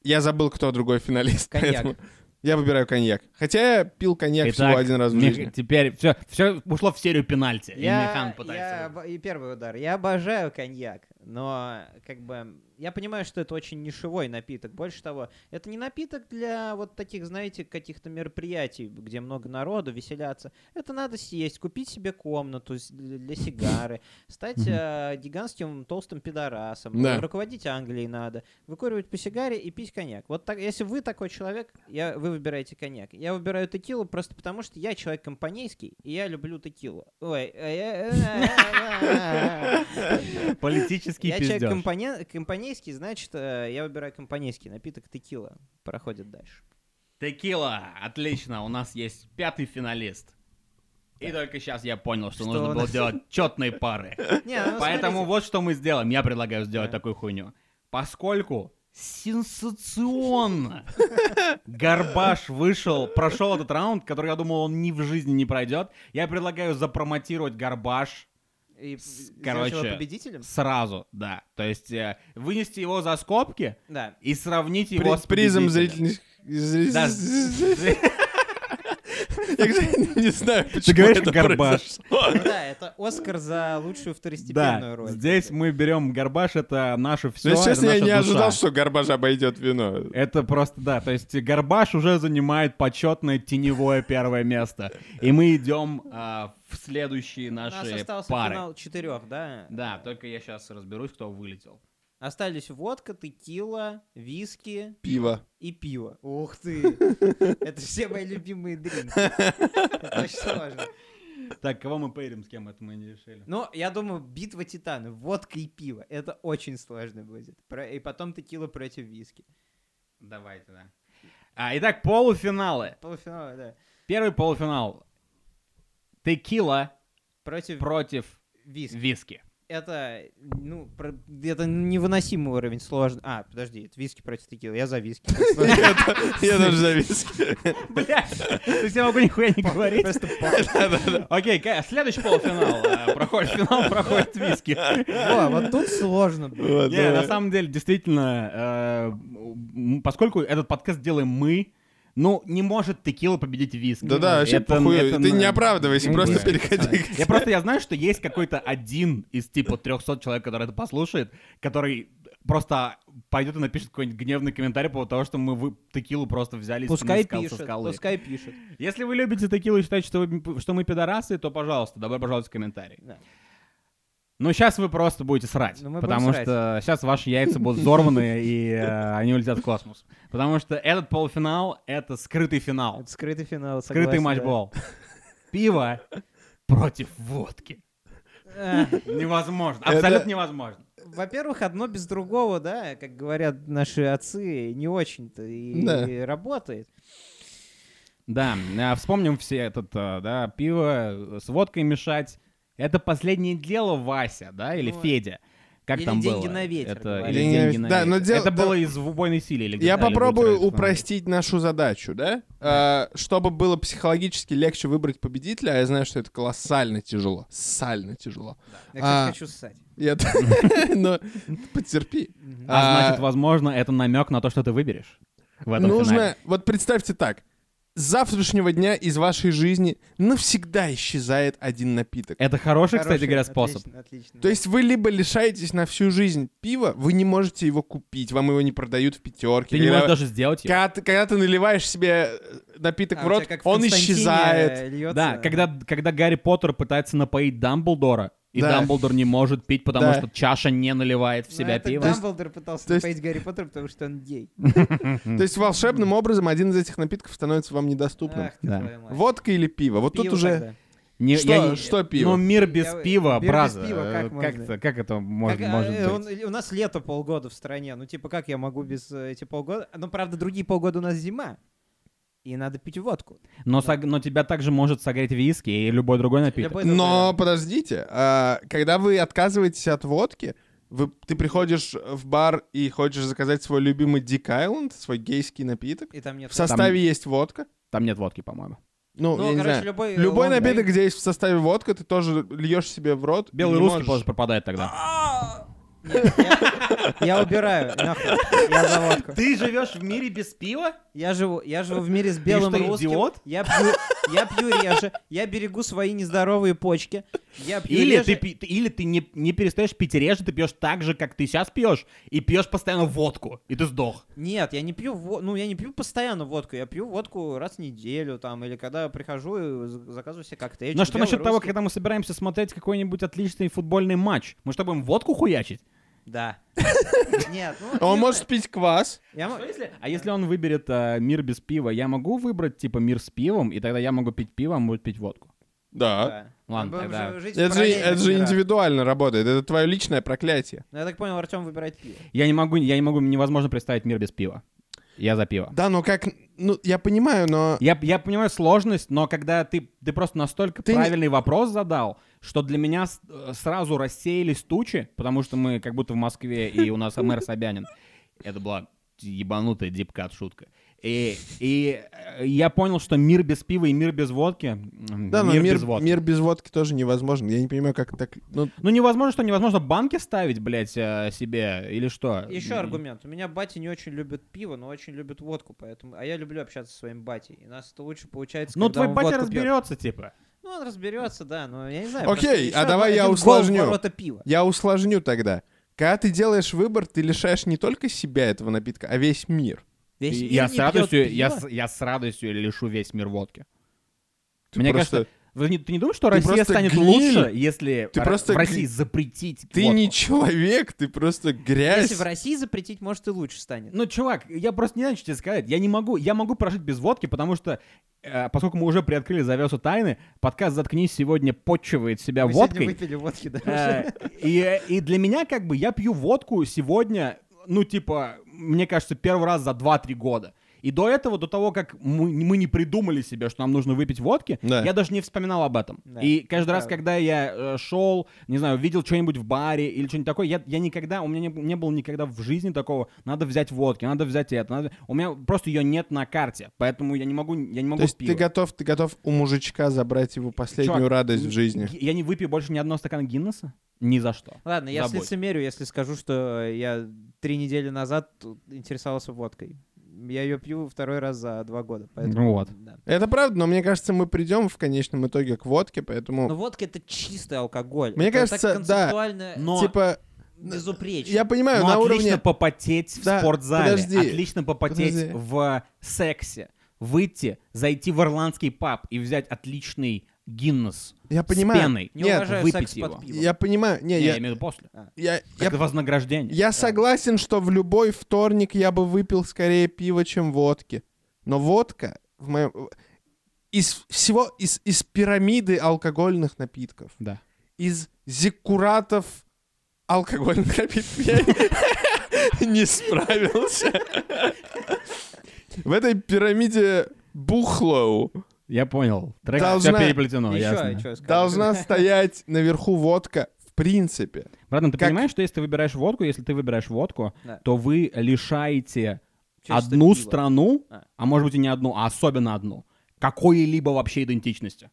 Speaker 2: Я забыл, кто другой финалист.
Speaker 1: Коньяк.
Speaker 2: поэтому Я выбираю коньяк. Хотя я пил коньяк всего
Speaker 3: Итак,
Speaker 2: один раз в
Speaker 3: Мих-
Speaker 2: жизни.
Speaker 3: Теперь все, все ушло в серию пенальти. И Михан
Speaker 1: я,
Speaker 3: пытается
Speaker 1: я
Speaker 3: выиграть.
Speaker 1: обо- и первый удар. Я обожаю коньяк, но как бы я понимаю, что это очень нишевой напиток. Больше того, это не напиток для вот таких, знаете, каких-то мероприятий, где много народу, веселяться. Это надо съесть, купить себе комнату с- для сигары, стать
Speaker 3: Мгм.
Speaker 1: э, гигантским толстым пидорасом,
Speaker 2: Да.
Speaker 1: Ну, руководить Англией надо, выкуривать по сигаре и пить коньяк. Вот так, если вы такой человек, я, вы выбираете коньяк. Я выбираю текилу просто потому, что я человек компанейский, и я люблю текилу. Ой, э, э, э, э.
Speaker 3: Политический
Speaker 1: я человек
Speaker 3: пиздеж.
Speaker 1: компоне- компанейский, значит, э, я выбираю компанейский напиток текила. Проходит дальше.
Speaker 3: Текила, отлично, у нас есть пятый финалист. И только сейчас я понял, что,
Speaker 1: Что
Speaker 3: нужно
Speaker 1: у
Speaker 3: было
Speaker 1: нас?
Speaker 3: делать четные пары.
Speaker 1: Не, ну,
Speaker 3: Поэтому
Speaker 1: смотрите.
Speaker 3: вот что мы сделаем. Я предлагаю сделать
Speaker 1: Да.
Speaker 3: такую хуйню. Поскольку сенсационно Горбаш вышел, прошел этот раунд, который я думал, он ни в жизни не пройдет. Я предлагаю запромотировать Горбаш
Speaker 1: И
Speaker 3: с-
Speaker 1: сделать
Speaker 3: короче,
Speaker 1: его победителем?
Speaker 3: сразу, да. То есть э, вынести его за скобки
Speaker 1: Да.
Speaker 3: и сравнить его
Speaker 2: При-
Speaker 3: с
Speaker 2: Призм
Speaker 3: победителем.
Speaker 2: зрительных... зри-
Speaker 3: Да.
Speaker 2: Я, кстати, не знаю, почему
Speaker 3: говоришь,
Speaker 2: это
Speaker 3: «Горбаш».
Speaker 2: произошло.
Speaker 1: Ну да, это Оскар за лучшую второстепенную
Speaker 3: Да,
Speaker 1: роль.
Speaker 3: здесь мы берем Горбаш, это наше все,
Speaker 2: Ну, если честно, я не ожидал,
Speaker 3: что
Speaker 2: что Горбаж обойдет вино.
Speaker 3: Это просто, да, то есть Горбаш уже занимает почетное теневое первое место. И мы идем а, в следующие
Speaker 1: У нас
Speaker 3: наши
Speaker 1: остался
Speaker 3: пары.
Speaker 1: финал четырех, да?
Speaker 3: Да, только я сейчас разберусь, кто вылетел.
Speaker 1: Остались водка, текила, виски
Speaker 2: Пиво.
Speaker 1: и пиво. Ух ты! Это все мои любимые дринки. Это очень сложно.
Speaker 3: Так, кого мы пейрим, с кем это мы не решили?
Speaker 1: Ну, я думаю, битва титанов, водка и пиво. Это очень сложно будет. Про- И потом текила против виски.
Speaker 3: Давайте, да. А, итак, полуфиналы.
Speaker 1: Полуфинал, да.
Speaker 3: Первый полуфинал. Текила
Speaker 1: Против
Speaker 3: против
Speaker 1: виски.
Speaker 3: виски.
Speaker 1: Это, ну, про- это невыносимый уровень сложно. А, подожди, это виски против текилы. Я за виски.
Speaker 2: Я та- я даже завис.
Speaker 3: Бля, то есть я могу нихуя не говорить.
Speaker 1: Просто
Speaker 3: Окей, Кая, следующий полуфинал. А, Проходит финал, проходит виски.
Speaker 1: О, вот тут сложно. блин.
Speaker 2: Вот,
Speaker 3: Не,
Speaker 2: давай.
Speaker 3: на самом деле, действительно, э, м, поскольку этот подкаст делаем мы, ну, не может текила победить виски.
Speaker 2: Да-да, вообще
Speaker 3: Это-
Speaker 2: похуй.
Speaker 3: это,
Speaker 2: Ты
Speaker 3: ну,
Speaker 2: не оправдывайся,
Speaker 3: ну,
Speaker 2: просто
Speaker 3: да.
Speaker 2: переходи к-
Speaker 3: Я просто, я знаю, что есть какой-то один из типа 300 человек, который это послушает, который просто пойдет и напишет какой-нибудь гневный комментарий по поводу того, что мы вы, текилу просто взяли из
Speaker 1: Пускай
Speaker 3: скал- со
Speaker 1: пишет,
Speaker 3: скалы.
Speaker 1: пускай пишет.
Speaker 3: Если вы любите текилу и считаете, что, вы- что мы пидорасы, то, пожалуйста, добро пожаловать в комментарии.
Speaker 1: Да.
Speaker 3: Ну, сейчас вы просто будете срать,
Speaker 1: Ну, мы будем
Speaker 3: потому
Speaker 1: срать.
Speaker 3: что сейчас ваши яйца будут взорваны, и э, они улетят в космос. Потому что этот полуфинал — это скрытый финал,
Speaker 1: Это скрытый финал,
Speaker 3: скрытый
Speaker 1: согласен,
Speaker 3: матчбол. Пиво против водки.
Speaker 1: да. Эх,
Speaker 3: Невозможно,
Speaker 2: Это-
Speaker 3: абсолютно невозможно.
Speaker 1: Во-первых, одно без другого, да, как говорят наши отцы, не очень-то и,
Speaker 2: Да.
Speaker 1: и работает.
Speaker 3: Да, а, вспомним все этот, а, да, пиво э, с водкой мешать. Это последнее дело Вася, да, или
Speaker 1: Ну,
Speaker 3: Федя. Как
Speaker 1: или
Speaker 3: там
Speaker 1: «Деньги
Speaker 3: было?
Speaker 1: на ветер»,
Speaker 3: Это,
Speaker 1: говорили.
Speaker 3: или
Speaker 2: «Деньги на
Speaker 3: деньги
Speaker 2: ветер».
Speaker 3: на
Speaker 2: Да, но
Speaker 3: ветер.
Speaker 2: дело-
Speaker 3: Это
Speaker 2: да.
Speaker 3: было из в убойной силе. Или
Speaker 2: Я
Speaker 3: где-то, или
Speaker 2: попробую
Speaker 3: «Бутера»,
Speaker 2: упростить нашу задачу, да? Э, Чтобы было психологически легче выбрать победителя, а я знаю, что это колоссально тяжело. Сально тяжело.
Speaker 1: Я, кстати,
Speaker 2: А.
Speaker 1: хочу ссать.
Speaker 2: Я- Но потерпи.
Speaker 3: А,
Speaker 2: А,
Speaker 3: значит, возможно, это намек на то, что ты выберешь в этом
Speaker 2: Нужно,
Speaker 3: финале.
Speaker 2: вот представьте так. С завтрашнего дня из вашей жизни навсегда исчезает один напиток.
Speaker 3: Это хороший, кстати
Speaker 1: Хороший,
Speaker 3: говоря, способ.
Speaker 1: Отлично, отлично.
Speaker 2: То есть вы либо лишаетесь на всю жизнь пива, вы не можете его купить, вам его не продают в пятерке.
Speaker 3: Ты не
Speaker 2: Когда-
Speaker 3: можешь даже сделать его.
Speaker 2: когда, ты, когда ты наливаешь себе э, напиток
Speaker 1: А,
Speaker 2: в
Speaker 1: у
Speaker 2: рот,
Speaker 1: тебя как в
Speaker 2: он
Speaker 1: Константине
Speaker 2: исчезает.
Speaker 1: льется.
Speaker 3: Да, когда, когда Гарри Поттер пытается напоить Дамблдора, и
Speaker 2: Да.
Speaker 3: Дамблдор не может пить, потому
Speaker 2: Да.
Speaker 3: что чаша не наливает в
Speaker 1: Ну,
Speaker 3: себя
Speaker 1: это
Speaker 3: пиво.
Speaker 1: Дамблдор пытался
Speaker 2: то есть-
Speaker 1: напоить Гарри Поттера, потому что он гей.
Speaker 2: То есть волшебным образом один из этих напитков становится вам недоступным.
Speaker 1: Ах ты
Speaker 3: Да.
Speaker 1: твою мать.
Speaker 2: Водка или пиво? Вот
Speaker 1: Пиво
Speaker 2: тут уже...
Speaker 1: тогда.
Speaker 3: Не-
Speaker 2: Что-
Speaker 3: я не-
Speaker 2: что пиво?
Speaker 3: Ну, мир без
Speaker 1: Я-
Speaker 3: пива,
Speaker 1: мир без
Speaker 3: браза.
Speaker 1: пива,
Speaker 3: Э,
Speaker 1: как
Speaker 3: как,
Speaker 1: можно?
Speaker 3: это- как это может,
Speaker 1: Как, а,
Speaker 3: может
Speaker 1: э,
Speaker 3: быть?
Speaker 1: он- у нас лето полгода в стране. Ну, типа, как я могу без э, эти полгода? Ну, правда, другие полгода у нас зима. И надо пить водку.
Speaker 3: Но, сог- но тебя также может согреть виски и любой другой напиток.
Speaker 1: Любой
Speaker 2: Но
Speaker 1: другой.
Speaker 2: подождите, а, когда вы отказываетесь от водки, вы, ты приходишь в бар и хочешь заказать свой любимый Дик Айленд, свой гейский напиток.
Speaker 1: И там нет.
Speaker 2: В составе есть водка.
Speaker 3: Там нет водки, по-моему.
Speaker 2: Ну,
Speaker 1: Ну,
Speaker 2: я не
Speaker 1: короче,
Speaker 2: знаю.
Speaker 1: любой, э,
Speaker 2: Любой
Speaker 1: лонг-
Speaker 2: напиток, где есть в составе водка, ты тоже льешь себе в рот. и
Speaker 3: Белый
Speaker 2: не
Speaker 3: русский
Speaker 2: можешь.
Speaker 3: тоже пропадает тогда.
Speaker 1: Нет, я- Я убираю. нахуй. Я за водку.
Speaker 3: Ты живешь в мире без пива?
Speaker 1: Я живу, я живу в мире с белым
Speaker 3: что,
Speaker 1: русским.
Speaker 3: идиот?
Speaker 1: Я пью, я пью реже, я берегу свои нездоровые почки. Я пью
Speaker 3: Или
Speaker 1: реже.
Speaker 3: ты, пи- ты- или ты не, не перестаешь пить реже, ты пьешь так же, как ты сейчас пьешь, и пьешь постоянно водку, и ты сдох.
Speaker 1: Нет, я не пью, во- ну я не пью постоянно водку, я пью водку раз в неделю там или когда прихожу и з- заказываю себе коктейль.
Speaker 3: Но Ну, а что насчет того, когда мы собираемся смотреть какой-нибудь отличный футбольный матч? Мы что, будем водку хуячить?
Speaker 1: Да. Нет, ну.
Speaker 2: А Он
Speaker 1: не
Speaker 2: может
Speaker 1: знаю.
Speaker 2: пить квас.
Speaker 1: Я мо-
Speaker 3: А если он выберет э, мир без пива, я могу выбрать, типа, мир с пивом, и тогда я могу пить пиво, а он будет пить водку.
Speaker 2: А? Да.
Speaker 1: Да.
Speaker 3: Ладно,
Speaker 1: Мы будем
Speaker 3: тогда-
Speaker 1: жи- жить в
Speaker 2: Это же,
Speaker 1: параллельных
Speaker 2: это же
Speaker 1: мирах.
Speaker 2: индивидуально работает. Это твое личное проклятие.
Speaker 1: Ну, Я так понял, Артем выбирает пиво.
Speaker 3: Я не могу, я не могу, невозможно представить мир без пива. Я за пиво.
Speaker 2: Да, но как... Ну, я понимаю, но...
Speaker 3: Я, я понимаю сложность, но когда ты, ты просто настолько
Speaker 2: Ты не-
Speaker 3: правильный вопрос задал, что для меня с- э, сразу рассеялись тучи, потому что мы как будто в Москве, и у нас мэр Собянин. Это была ебанутая дипкат шутка. И, и э, я понял, что мир без пива и мир без водки... м,
Speaker 2: Да, но мир,
Speaker 3: без водки.
Speaker 2: мир без водки тоже невозможен. Я не понимаю, как так... Ну,
Speaker 3: Ну невозможно, что невозможно банки ставить, блядь, э, себе, или что?
Speaker 2: Э,
Speaker 1: Еще
Speaker 3: М,
Speaker 2: м-м.
Speaker 1: аргумент. У меня батя не очень любит пиво, но очень любит водку, поэтому. А я люблю общаться со своим батей. И нас это лучше получается.
Speaker 3: Ну
Speaker 1: когда
Speaker 3: твой
Speaker 1: он
Speaker 3: батя
Speaker 1: водку пьет.
Speaker 3: разберется, типа.
Speaker 1: Ну, он разберется, да, но я не знаю.
Speaker 2: Окей,
Speaker 1: просто
Speaker 2: а
Speaker 1: ещё
Speaker 2: давай я
Speaker 1: один гол в
Speaker 2: усложню.
Speaker 1: ворота пива.
Speaker 2: Я усложню тогда. Когда ты делаешь выбор, ты лишаешь не только себя этого напитка, а весь мир.
Speaker 1: Весь
Speaker 3: И
Speaker 1: мир
Speaker 3: я
Speaker 1: не
Speaker 3: с
Speaker 1: пьёт
Speaker 3: радостью, я,
Speaker 1: пиво.
Speaker 3: с- я с радостью лишу весь мир водки.
Speaker 2: Ты
Speaker 3: Мне
Speaker 2: просто-
Speaker 3: кажется, вы не- ты не думаешь, что
Speaker 2: Ты
Speaker 3: Россия
Speaker 2: просто
Speaker 3: станет
Speaker 2: гниль.
Speaker 3: лучше, если
Speaker 2: Ты
Speaker 3: р-
Speaker 2: просто
Speaker 3: в России
Speaker 2: гни-
Speaker 3: запретить
Speaker 2: ты
Speaker 3: водку?
Speaker 2: не человек, ты просто грязь.
Speaker 1: Если в России запретить, может, и лучше станет.
Speaker 3: Ну, чувак, я просто не знаю, что тебе сказать. Я не могу, я могу прожить без водки, потому что, э, поскольку мы уже приоткрыли завесу тайны, подкаст «Заткнись» сегодня подчивает себя
Speaker 1: Мы сегодня
Speaker 3: водкой.
Speaker 1: выпили водки, да. уже.
Speaker 3: Э, И и для меня, как бы, я пью водку сегодня, ну, типа, мне кажется, первый раз за 2-3 года. И до этого, до того, как мы, мы не придумали себе, что нам нужно выпить водки,
Speaker 2: Да.
Speaker 3: я даже не вспоминал об этом.
Speaker 1: Да,
Speaker 3: и каждый раз,
Speaker 1: правда.
Speaker 3: когда я э, шел, не знаю, видел что-нибудь в баре или что-нибудь такое, я, я никогда, у меня не, не было никогда в жизни такого, надо взять водки, надо взять это, надо... у меня просто ее нет на карте, поэтому я не могу, я не могу
Speaker 2: То есть
Speaker 3: пиво.
Speaker 2: ты готов, ты готов у мужичка забрать его последнюю
Speaker 3: Чувак,
Speaker 2: радость в жизни.
Speaker 3: Я не выпью больше ни одного стакана Гиннесса? Ни за что.
Speaker 1: Ладно, я
Speaker 3: забудь.
Speaker 1: лицемерю, если скажу, что я три недели назад тут интересовался водкой. Я ее пью второй раз за два года. Поэтому...
Speaker 3: Ну вот.
Speaker 1: да.
Speaker 2: Это правда, но мне кажется, мы придем в конечном итоге к водке, поэтому
Speaker 1: Но водка это чистый алкоголь.
Speaker 2: Мне
Speaker 1: Это
Speaker 2: кажется, да.
Speaker 1: так концептуально
Speaker 3: Но
Speaker 2: типа
Speaker 1: безупречно.
Speaker 2: я понимаю
Speaker 3: Ну,
Speaker 2: на
Speaker 3: отлично
Speaker 2: уровне.
Speaker 3: попотеть в
Speaker 2: Да,
Speaker 3: спортзале,
Speaker 2: подожди,
Speaker 3: отлично попотеть
Speaker 2: подожди.
Speaker 3: в сексе, выйти, зайти в ирландский паб и взять отличный Гиннес
Speaker 2: Я
Speaker 3: с
Speaker 2: понимаю.
Speaker 3: пеной.
Speaker 1: Не
Speaker 2: Нет,
Speaker 1: уважаю
Speaker 3: выпить
Speaker 1: секс
Speaker 3: его.
Speaker 1: под пиво.
Speaker 2: Я понимаю. Не,
Speaker 3: Не, я,
Speaker 2: я,
Speaker 3: имею в виду после.
Speaker 2: я, я,
Speaker 3: Как вознаграждение.
Speaker 2: я согласен, что в любой вторник я бы выпил скорее пиво, чем водки. Но водка в моем из всего из, из пирамиды алкогольных напитков.
Speaker 3: Да.
Speaker 2: из зиккуратов алкогольных напитков. Я не справился. В этой пирамиде бухлоу.
Speaker 3: Я понял. Трек
Speaker 2: Должна-
Speaker 3: все переплетено, Ну, ясно.
Speaker 1: Еще, что я скажу?
Speaker 2: Должна стоять наверху водка в принципе.
Speaker 3: Братан, ты
Speaker 2: Как-
Speaker 3: понимаешь, что если ты выбираешь водку, если ты выбираешь водку,
Speaker 1: Да.
Speaker 3: то вы лишаете
Speaker 1: Чисто
Speaker 3: одну
Speaker 1: пиво.
Speaker 3: страну,
Speaker 1: А.
Speaker 3: а может быть и не одну, а особенно одну, какой-либо вообще идентичности.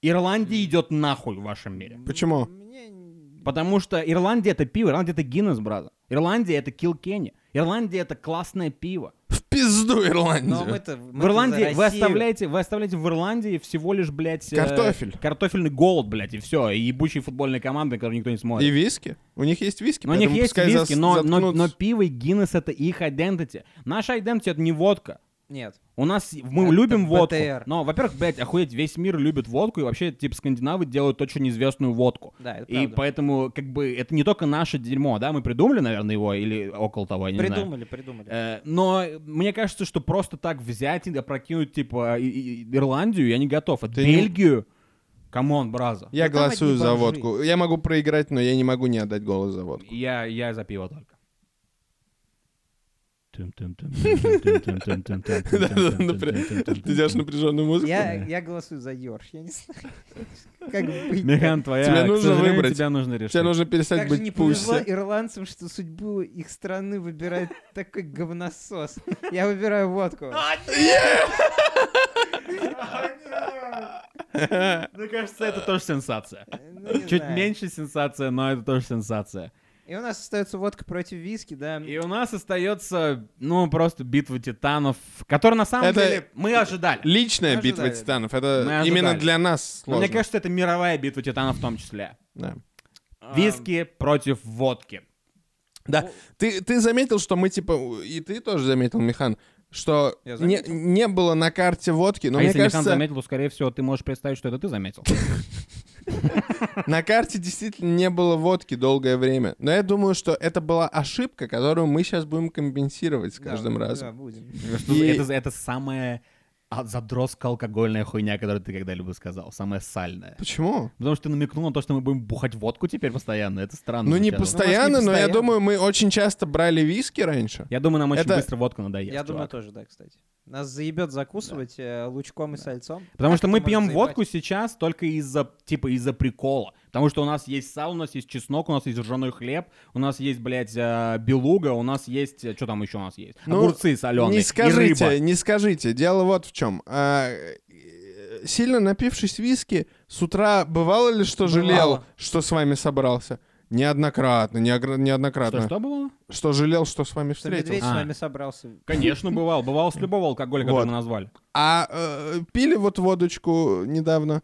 Speaker 3: Ирландия идет нахуй в вашем мире.
Speaker 2: Почему?
Speaker 1: Мне н-
Speaker 3: Потому что Ирландия это пиво, Ирландия это Гиннес, брат. Ирландия это Килкенни. Ирландия это классное пиво.
Speaker 2: В пизду
Speaker 1: Но
Speaker 2: Ирландию.
Speaker 1: мы-то... мы-то
Speaker 3: В Ирландии
Speaker 1: за
Speaker 3: вы
Speaker 1: Россию.
Speaker 3: оставляете, вы оставляете в Ирландии всего лишь, блядь... э,
Speaker 2: Картофель.
Speaker 3: картофельный голод, блядь, и все. И ебучие футбольные команды, которые никто не смотрит.
Speaker 2: И виски. У них есть виски.
Speaker 3: Но Ну, у них
Speaker 2: поэтому
Speaker 3: есть
Speaker 2: пускай
Speaker 3: виски,
Speaker 2: зас-
Speaker 3: но, но,
Speaker 2: заткнутся.
Speaker 3: но пиво и Гиннес это их identity. Наша identity это не водка.
Speaker 1: Нет.
Speaker 3: У нас мы
Speaker 1: Это
Speaker 3: любим водку.
Speaker 1: БТР.
Speaker 3: Но, во-первых, блядь, охуеть, весь мир любит водку, и вообще, типа, скандинавы делают очень известную водку.
Speaker 1: Да, это
Speaker 3: и
Speaker 1: правда.
Speaker 3: поэтому, как бы, это не только наше дерьмо, да, мы придумали, наверное, его, или около того, я не знаю.
Speaker 1: Придумали, придумали.
Speaker 3: Э, Но мне кажется, что просто так взять и опрокинуть, типа, и- и- Ирландию я не готов. А
Speaker 2: Ты не-
Speaker 3: Бельгию? Камон, браза.
Speaker 2: Я
Speaker 1: Ну, там
Speaker 2: голосую
Speaker 1: одни
Speaker 2: за
Speaker 1: бомжи.
Speaker 2: водку. Я могу проиграть, но я не могу не отдать голос за водку.
Speaker 3: Я, я за пиво только.
Speaker 2: Ты делаешь напряженную музыку?
Speaker 1: Я, я голосую за Йорш, я не знаю, как быть.
Speaker 3: Механ, твоя,
Speaker 2: Тебе
Speaker 3: к
Speaker 2: нужно
Speaker 3: сожалению,
Speaker 2: выбрать.
Speaker 3: Тебя нужно решить.
Speaker 2: Тебе нужно перестать
Speaker 1: Как же не
Speaker 2: быть
Speaker 1: повезло
Speaker 2: пусси.
Speaker 1: ирландцам, что судьбу их страны выбирает такой говносос. Я выбираю водку.
Speaker 3: Мне кажется, это тоже сенсация.
Speaker 1: Ну, не
Speaker 3: Чуть
Speaker 1: знаю.
Speaker 3: меньше сенсация, но это тоже сенсация.
Speaker 1: И у нас остается водка против виски, да.
Speaker 3: И у нас остается, ну, просто битва титанов, которую на самом
Speaker 2: Это-
Speaker 3: деле мы ожидали.
Speaker 2: Личная
Speaker 1: Мы
Speaker 2: битва
Speaker 1: ожидали.
Speaker 2: титанов.
Speaker 3: Мы
Speaker 2: Это
Speaker 3: ожидали.
Speaker 2: именно для нас
Speaker 3: Но Мне
Speaker 2: сложно.
Speaker 3: кажется, ну, это мировая битва титанов в том числе.
Speaker 2: Да.
Speaker 1: А.
Speaker 3: Виски против водки.
Speaker 2: Да. Ты, ты заметил, что мы типа... И ты тоже заметил, Михан, что
Speaker 1: Я
Speaker 2: не,
Speaker 1: заметил.
Speaker 2: не было на карте водки, но
Speaker 3: а
Speaker 2: мне
Speaker 3: если Михан
Speaker 2: кажется,
Speaker 3: заметил, то, скорее всего, ты можешь представить, что это ты заметил.
Speaker 2: на карте действительно не было водки долгое время. Но я думаю, что это была ошибка, которую мы сейчас будем компенсировать с
Speaker 1: Да,
Speaker 2: каждым
Speaker 1: да,
Speaker 2: разом.
Speaker 1: будем.
Speaker 3: Что
Speaker 2: И-
Speaker 3: Это это самая а, задростка алкогольная хуйня, которую ты когда-либо сказал. Самая сальная.
Speaker 2: Почему?
Speaker 3: Потому что ты намекнул на то, что мы будем бухать водку теперь постоянно. Это странно.
Speaker 2: Ну не
Speaker 3: сначала.
Speaker 2: постоянно, но я
Speaker 1: постоянно.
Speaker 2: думаю, мы очень часто брали виски раньше.
Speaker 3: Я думаю, нам очень
Speaker 2: Это-
Speaker 3: быстро водку надоест.
Speaker 1: Я думаю
Speaker 3: чувак.
Speaker 1: тоже, да, кстати. Нас заебет закусывать э, лучком и сальцом.
Speaker 3: Потому
Speaker 1: Как
Speaker 3: что
Speaker 1: это
Speaker 3: мы
Speaker 1: может
Speaker 3: пьем
Speaker 1: заебать?
Speaker 3: водку сейчас только из-за, типа, из-за прикола. Потому что у нас есть сал, у нас есть чеснок, у нас есть ржаной хлеб, у нас есть, блядь, э, белуга, у нас есть... э, Что там еще у нас есть?
Speaker 2: Ну,
Speaker 3: Огурцы соленые
Speaker 2: Не скажите,
Speaker 3: и рыба.
Speaker 2: не скажите. Дело вот в чем. А, э, сильно напившись виски, с утра бывало ли, что жалел, что с вами собрался? Неоднократно, неогр- неоднократно. Что,
Speaker 3: Что, что бывало?
Speaker 2: жалел, что с вами
Speaker 1: Что медведь
Speaker 2: встретился.
Speaker 3: А.
Speaker 1: с вами собрался.
Speaker 3: Конечно, бывал. Бывал с любого алкоголя, который
Speaker 2: Вот.
Speaker 3: мы назвали.
Speaker 2: А э, пили вот водочку недавно.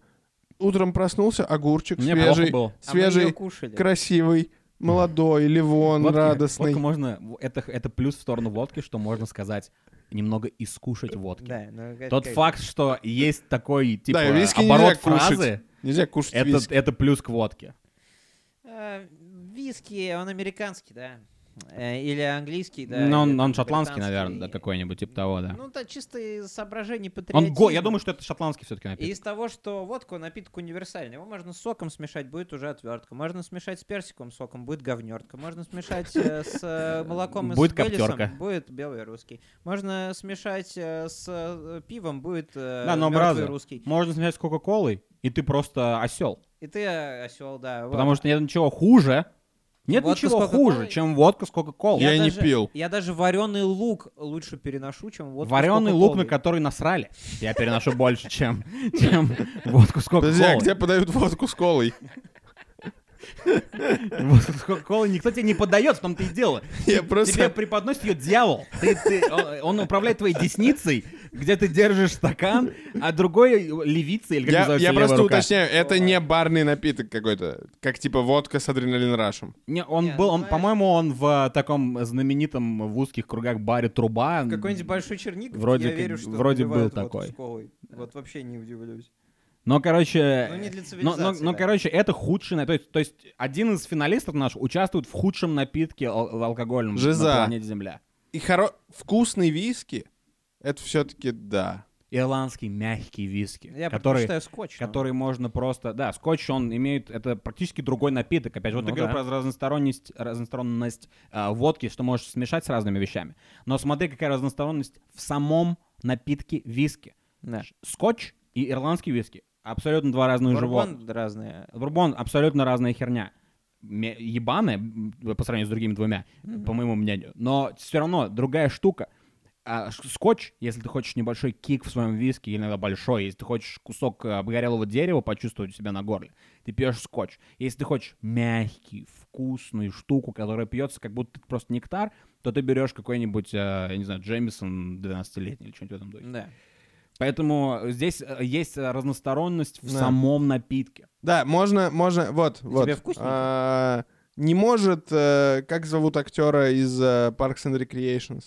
Speaker 2: Утром проснулся, огурчик
Speaker 3: Мне плохо
Speaker 2: свежий,
Speaker 3: было.
Speaker 1: А мы её
Speaker 2: свежий,
Speaker 1: кушали.
Speaker 2: красивый, молодой, ливон,
Speaker 3: Водки-
Speaker 2: радостный.
Speaker 3: Водку можно... Это, это плюс в сторону водки, что можно сказать немного искушать водки.
Speaker 1: Да, ну, как-
Speaker 3: Тот
Speaker 1: как-
Speaker 3: факт, что есть такой, типа,
Speaker 2: да, виски нельзя
Speaker 3: оборот
Speaker 2: кушать.
Speaker 3: фразы,
Speaker 2: Нельзя кушать
Speaker 3: это,
Speaker 2: виски.
Speaker 3: это плюс к водке.
Speaker 1: Э, Виски, он американский, да. Э, Или английский, да.
Speaker 3: Но
Speaker 1: или
Speaker 3: Ну, он, он
Speaker 1: там
Speaker 3: шотландский, наверное,
Speaker 1: британский.
Speaker 3: да, какой-нибудь, типа того, да.
Speaker 1: Ну, да, чисто из соображений
Speaker 3: Он
Speaker 1: патриотизма.
Speaker 3: го, я думаю, что это шотландский все-таки
Speaker 1: И
Speaker 3: напиток.
Speaker 1: из того, что водку напиток универсальный, его можно с соком смешать, будет уже отвертка. Можно смешать с персиковым соком, будет говнертка. Можно смешать э, с э, молоком и
Speaker 3: Будет
Speaker 1: с Бейлисом,
Speaker 3: коптерка.
Speaker 1: будет белый русский. Можно смешать э, с э, пивом, будет э,
Speaker 3: Да, но,
Speaker 1: мертвый
Speaker 3: бразер,
Speaker 1: русский.
Speaker 3: Можно смешать с Кока-Колой, и ты просто осел.
Speaker 1: И ты э, осел, да. вот.
Speaker 3: Потому что нет ничего хуже, нет
Speaker 1: Водка с
Speaker 3: ничего
Speaker 1: Кока-Колой?
Speaker 3: хуже, чем водка с Кока-Колой.
Speaker 2: Я не пил.
Speaker 1: Я даже вареный лук лучше переношу, чем водку с
Speaker 3: Вареный лук, на
Speaker 1: Кока-Колой.
Speaker 3: который насрали. Я переношу больше, чем, чем водку с
Speaker 2: Подожди, а где
Speaker 3: Кока-Колой.
Speaker 2: подают водку с колой?
Speaker 3: Водку с Кока-Колой никто тебе не подает, в том-то и дело.
Speaker 2: Я просто...
Speaker 3: Тебе преподносит ее дьявол. Ты- ты- он- он управляет твоей десницей, где ты держишь стакан, а другой левицей, или как
Speaker 2: Я,
Speaker 3: называется
Speaker 2: я
Speaker 3: левая
Speaker 2: просто
Speaker 3: рука.
Speaker 2: уточняю, это не барный напиток какой-то, как типа водка с адреналин рашем.
Speaker 3: Не, он
Speaker 1: Не,
Speaker 3: был,
Speaker 1: ну,
Speaker 3: он,
Speaker 1: знаешь-
Speaker 3: по-моему, он в э, таком знаменитом э, в узких кругах баре труба.
Speaker 1: В какой-нибудь большой черник.
Speaker 3: Вроде
Speaker 1: я
Speaker 3: как-
Speaker 1: верю, что
Speaker 3: вроде был
Speaker 1: наливают водку
Speaker 3: такой.
Speaker 1: с колой. Вот вообще не удивлюсь.
Speaker 3: Но, короче,
Speaker 1: Ну, не для
Speaker 3: Э, но, но-
Speaker 1: цивилизации,
Speaker 3: но,
Speaker 1: да.
Speaker 3: короче, это худший, на- то есть, то есть один из финалистов наш участвует в худшем напитке ал- э, алкогольном
Speaker 2: Жиза.
Speaker 3: на планете Земля.
Speaker 2: И хоро... вкусный виски, это все-таки да.
Speaker 3: ирландский мягкий виски,
Speaker 1: Я
Speaker 3: который
Speaker 1: предпочитаю скотч. ну. но-
Speaker 3: который можно просто... Да, скотч, он имеет... Это практически другой напиток. Опять же, вот
Speaker 1: Ну
Speaker 3: ты говорил
Speaker 1: да.
Speaker 3: про разносторонность, разносторонность а, водки, что можешь смешать с разными вещами. Но смотри, какая разносторонность в самом напитке виски.
Speaker 1: Да.
Speaker 3: Скотч и ирландский виски. Абсолютно два разных живота.
Speaker 1: Бурбон разные.
Speaker 3: Бурбон абсолютно разная херня. Ме- Ебаная м, по сравнению с другими двумя, по моему мнению. Но все равно другая штука. А, ш- скотч, если ты хочешь небольшой кик в своем виске, иногда большой, если ты хочешь кусок э, обгорелого дерева почувствовать у себя на горле, ты пьешь скотч. Если ты хочешь мягкий, вкусную штуку, которая пьется как будто это просто нектар, то ты берешь какой-нибудь, э, я не знаю, Джеймисон 12-летний или что-нибудь в этом духе.
Speaker 1: Да.
Speaker 3: Поэтому здесь э, есть э, разносторонность в
Speaker 2: Да.
Speaker 3: самом напитке.
Speaker 2: Да, можно, можно, вот, вот.
Speaker 1: вкусненько?
Speaker 2: А, Не может, э, как зовут актера из э, Parks and Recreations?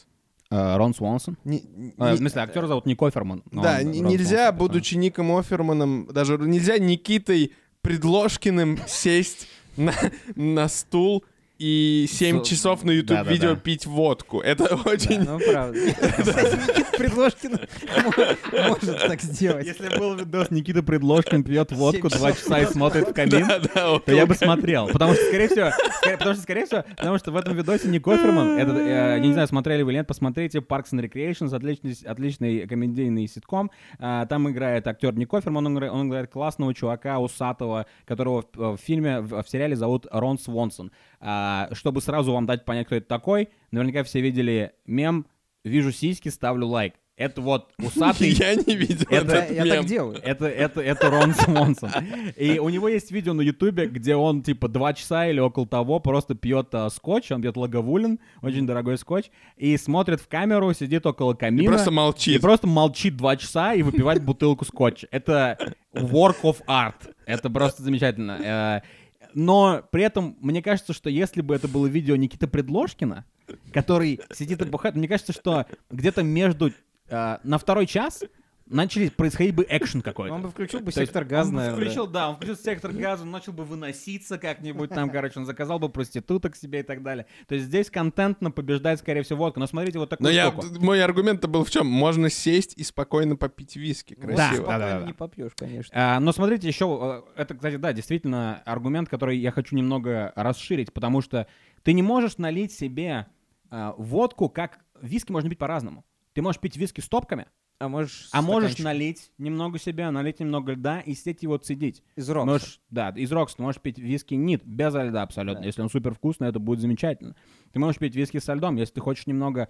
Speaker 3: Э, Рон Свонсон?
Speaker 2: Не- не-
Speaker 3: А, в смысле, актер зовут не Коферман. но
Speaker 2: да,
Speaker 3: он
Speaker 2: не-
Speaker 3: Рон
Speaker 2: нельзя,
Speaker 3: Свонсон,
Speaker 2: будучи Ником Оферманом, даже нельзя Никитой Предложкиным сесть на, на стул и 7
Speaker 3: С-
Speaker 2: часов на YouTube
Speaker 3: да-да-да.
Speaker 2: видео пить водку. Это очень...
Speaker 1: Ну, правда. Кстати, Никита Предложкин мо- может так
Speaker 3: поэтому.
Speaker 1: сделать.
Speaker 3: Если был видос Никита Предложкин пьет водку
Speaker 1: Семь
Speaker 3: два часа и смотрит в камин,
Speaker 2: Да, вот.
Speaker 3: то я бы смотрел. Потому что, скорее всего, скорее- потому что, скорее всего, потому что в этом видосе не Коферман. Это, э, я не знаю, смотрели вы или нет, посмотрите Parks and Recreations, отличный, отличный комедийный ситком. А, там играет актер не Коферман, он, игра- он играет классного чувака, усатого, которого в, в фильме, в, в сериале зовут Рон Свонсон. А, чтобы сразу вам дать понять, кто это такой, наверняка все видели мем «Вижу сиськи, ставлю лайк». Это вот усатый
Speaker 2: Я не видел
Speaker 3: а Это-
Speaker 2: этот
Speaker 1: Я я так
Speaker 2: мем.
Speaker 1: делаю.
Speaker 3: это, это, это Рон Свонсон. И у него есть видео на Ютубе, где он, типа, два часа или около того просто пьет а, скотч, он пьет лаговулин, очень дорогой скотч, и смотрит в камеру, сидит около камина.
Speaker 2: И просто
Speaker 3: и
Speaker 2: молчит.
Speaker 3: просто молчит два часа и выпивает бутылку скотча. Это work of art. Это просто замечательно. Э, Но при этом, мне кажется, что если бы это было видео Никиты Предложкина, который сидит и бухает, мне кажется, что где-то между... э, на второй час начали происходить бы экшен какой-то.
Speaker 1: Он бы включил бы
Speaker 3: То есть
Speaker 1: сектор
Speaker 3: он
Speaker 1: газа,
Speaker 3: бы
Speaker 1: наверное.
Speaker 3: Включил, да, он включил сектор газа, он начал бы выноситься как-нибудь там, короче, он заказал бы проституток себе и так далее. То есть здесь контентно побеждает, скорее всего, водка. Но смотрите вот такую
Speaker 2: Но я,
Speaker 3: штуку.
Speaker 2: мой аргумент был в чем? Можно сесть и спокойно попить виски.
Speaker 1: Ну,
Speaker 2: Красиво.
Speaker 3: Да, да, да, да.
Speaker 1: Не попьешь, конечно.
Speaker 3: А, Но смотрите, еще, э, это, кстати, да, действительно аргумент, который я хочу немного расширить, потому что ты не можешь налить себе а, водку, как виски можно пить по-разному. Ты можешь пить виски с топками,
Speaker 1: А можешь
Speaker 3: а можешь
Speaker 1: стаканчик
Speaker 3: налить немного себя, налить немного льда и сидеть его цедить.
Speaker 1: из рокса.
Speaker 3: Можешь, да, из Рокс ты можешь пить виски нит, без льда абсолютно.
Speaker 1: Да.
Speaker 3: Если он супер вкусный, это будет замечательно. Ты можешь пить виски со льдом, если ты хочешь немного...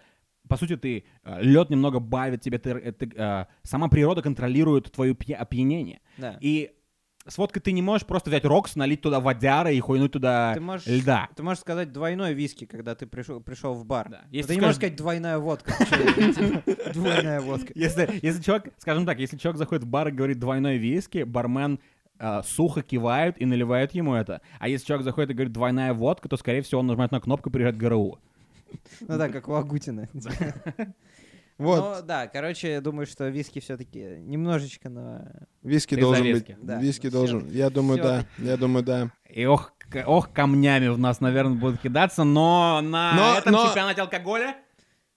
Speaker 3: По сути, ты лед немного бавит тебе, ты, э, ты, э, сама природа контролирует твое пья- опьянение.
Speaker 1: Да.
Speaker 3: И с водкой ты не можешь просто взять Рокс, налить туда водяра и хуйнуть туда
Speaker 1: Ты можешь-
Speaker 3: льда.
Speaker 1: Ты можешь сказать двойной виски, когда ты пришел, пришел в бар.
Speaker 3: Да.
Speaker 1: Но
Speaker 3: Если
Speaker 1: ты не можешь
Speaker 3: скажешь-
Speaker 1: сказать двойная водка. Типа, Двойная водка.
Speaker 3: Если, если человек, скажем так, если человек заходит в бар и говорит двойной виски, бармен э, сухо кивает и наливает ему это. А если человек заходит и говорит двойная водка, то, скорее всего, он нажимает на кнопку и приезжает ГРУ.
Speaker 1: Ну да, как у Агутина.
Speaker 2: Вот,
Speaker 1: Ну да, короче, я думаю, что виски все-таки немножечко на...
Speaker 2: виски
Speaker 3: Из-за
Speaker 2: должен
Speaker 3: виски.
Speaker 2: быть.
Speaker 1: Да.
Speaker 2: Виски
Speaker 1: Всё.
Speaker 2: должен. Я думаю,
Speaker 1: Всё.
Speaker 2: да. Я думаю, да.
Speaker 3: И ох, к- ох, камнями в нас, наверное, будут кидаться, но на
Speaker 2: Но-
Speaker 3: этом
Speaker 2: но-
Speaker 3: чемпионате алкоголя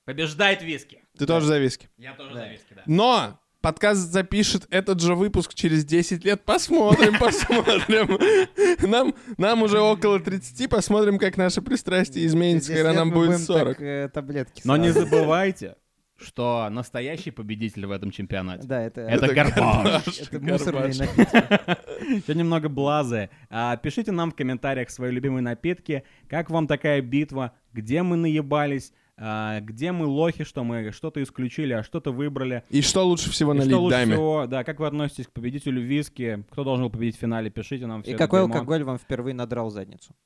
Speaker 3: побеждает виски.
Speaker 2: Ты тоже за виски.
Speaker 3: Я тоже
Speaker 1: Да.
Speaker 3: за виски, да.
Speaker 2: Но подкаст запишет этот же выпуск через 10 лет. Посмотрим, посмотрим. Нам, нам уже около 30, посмотрим, как наше пристрастие изменится,
Speaker 1: Здесь
Speaker 2: когда
Speaker 1: нет,
Speaker 2: нам
Speaker 1: мы
Speaker 2: будет
Speaker 1: будем
Speaker 2: 40.
Speaker 1: так, э, Таблетки.
Speaker 3: Но не
Speaker 1: сразу.
Speaker 3: забывайте, что настоящий победитель в этом чемпионате.
Speaker 1: Да, это...
Speaker 3: Это гарпаш.
Speaker 1: Это мусорные
Speaker 2: Гарбаш.
Speaker 1: напитки.
Speaker 3: Все немного блазы. А, Пишите нам в комментариях свои любимые напитки. Как вам такая битва? Где мы наебались? А, Где мы лохи, что мы что-то исключили, а что-то выбрали?
Speaker 2: И что лучше всего
Speaker 3: И что
Speaker 2: налить
Speaker 3: лучше
Speaker 2: даме?
Speaker 3: всего, да, как вы относитесь к победителю виски? Кто должен был победить в финале? Пишите нам все
Speaker 1: И
Speaker 3: это
Speaker 1: какой
Speaker 3: дерьмо.
Speaker 1: алкоголь вам впервые надрал задницу?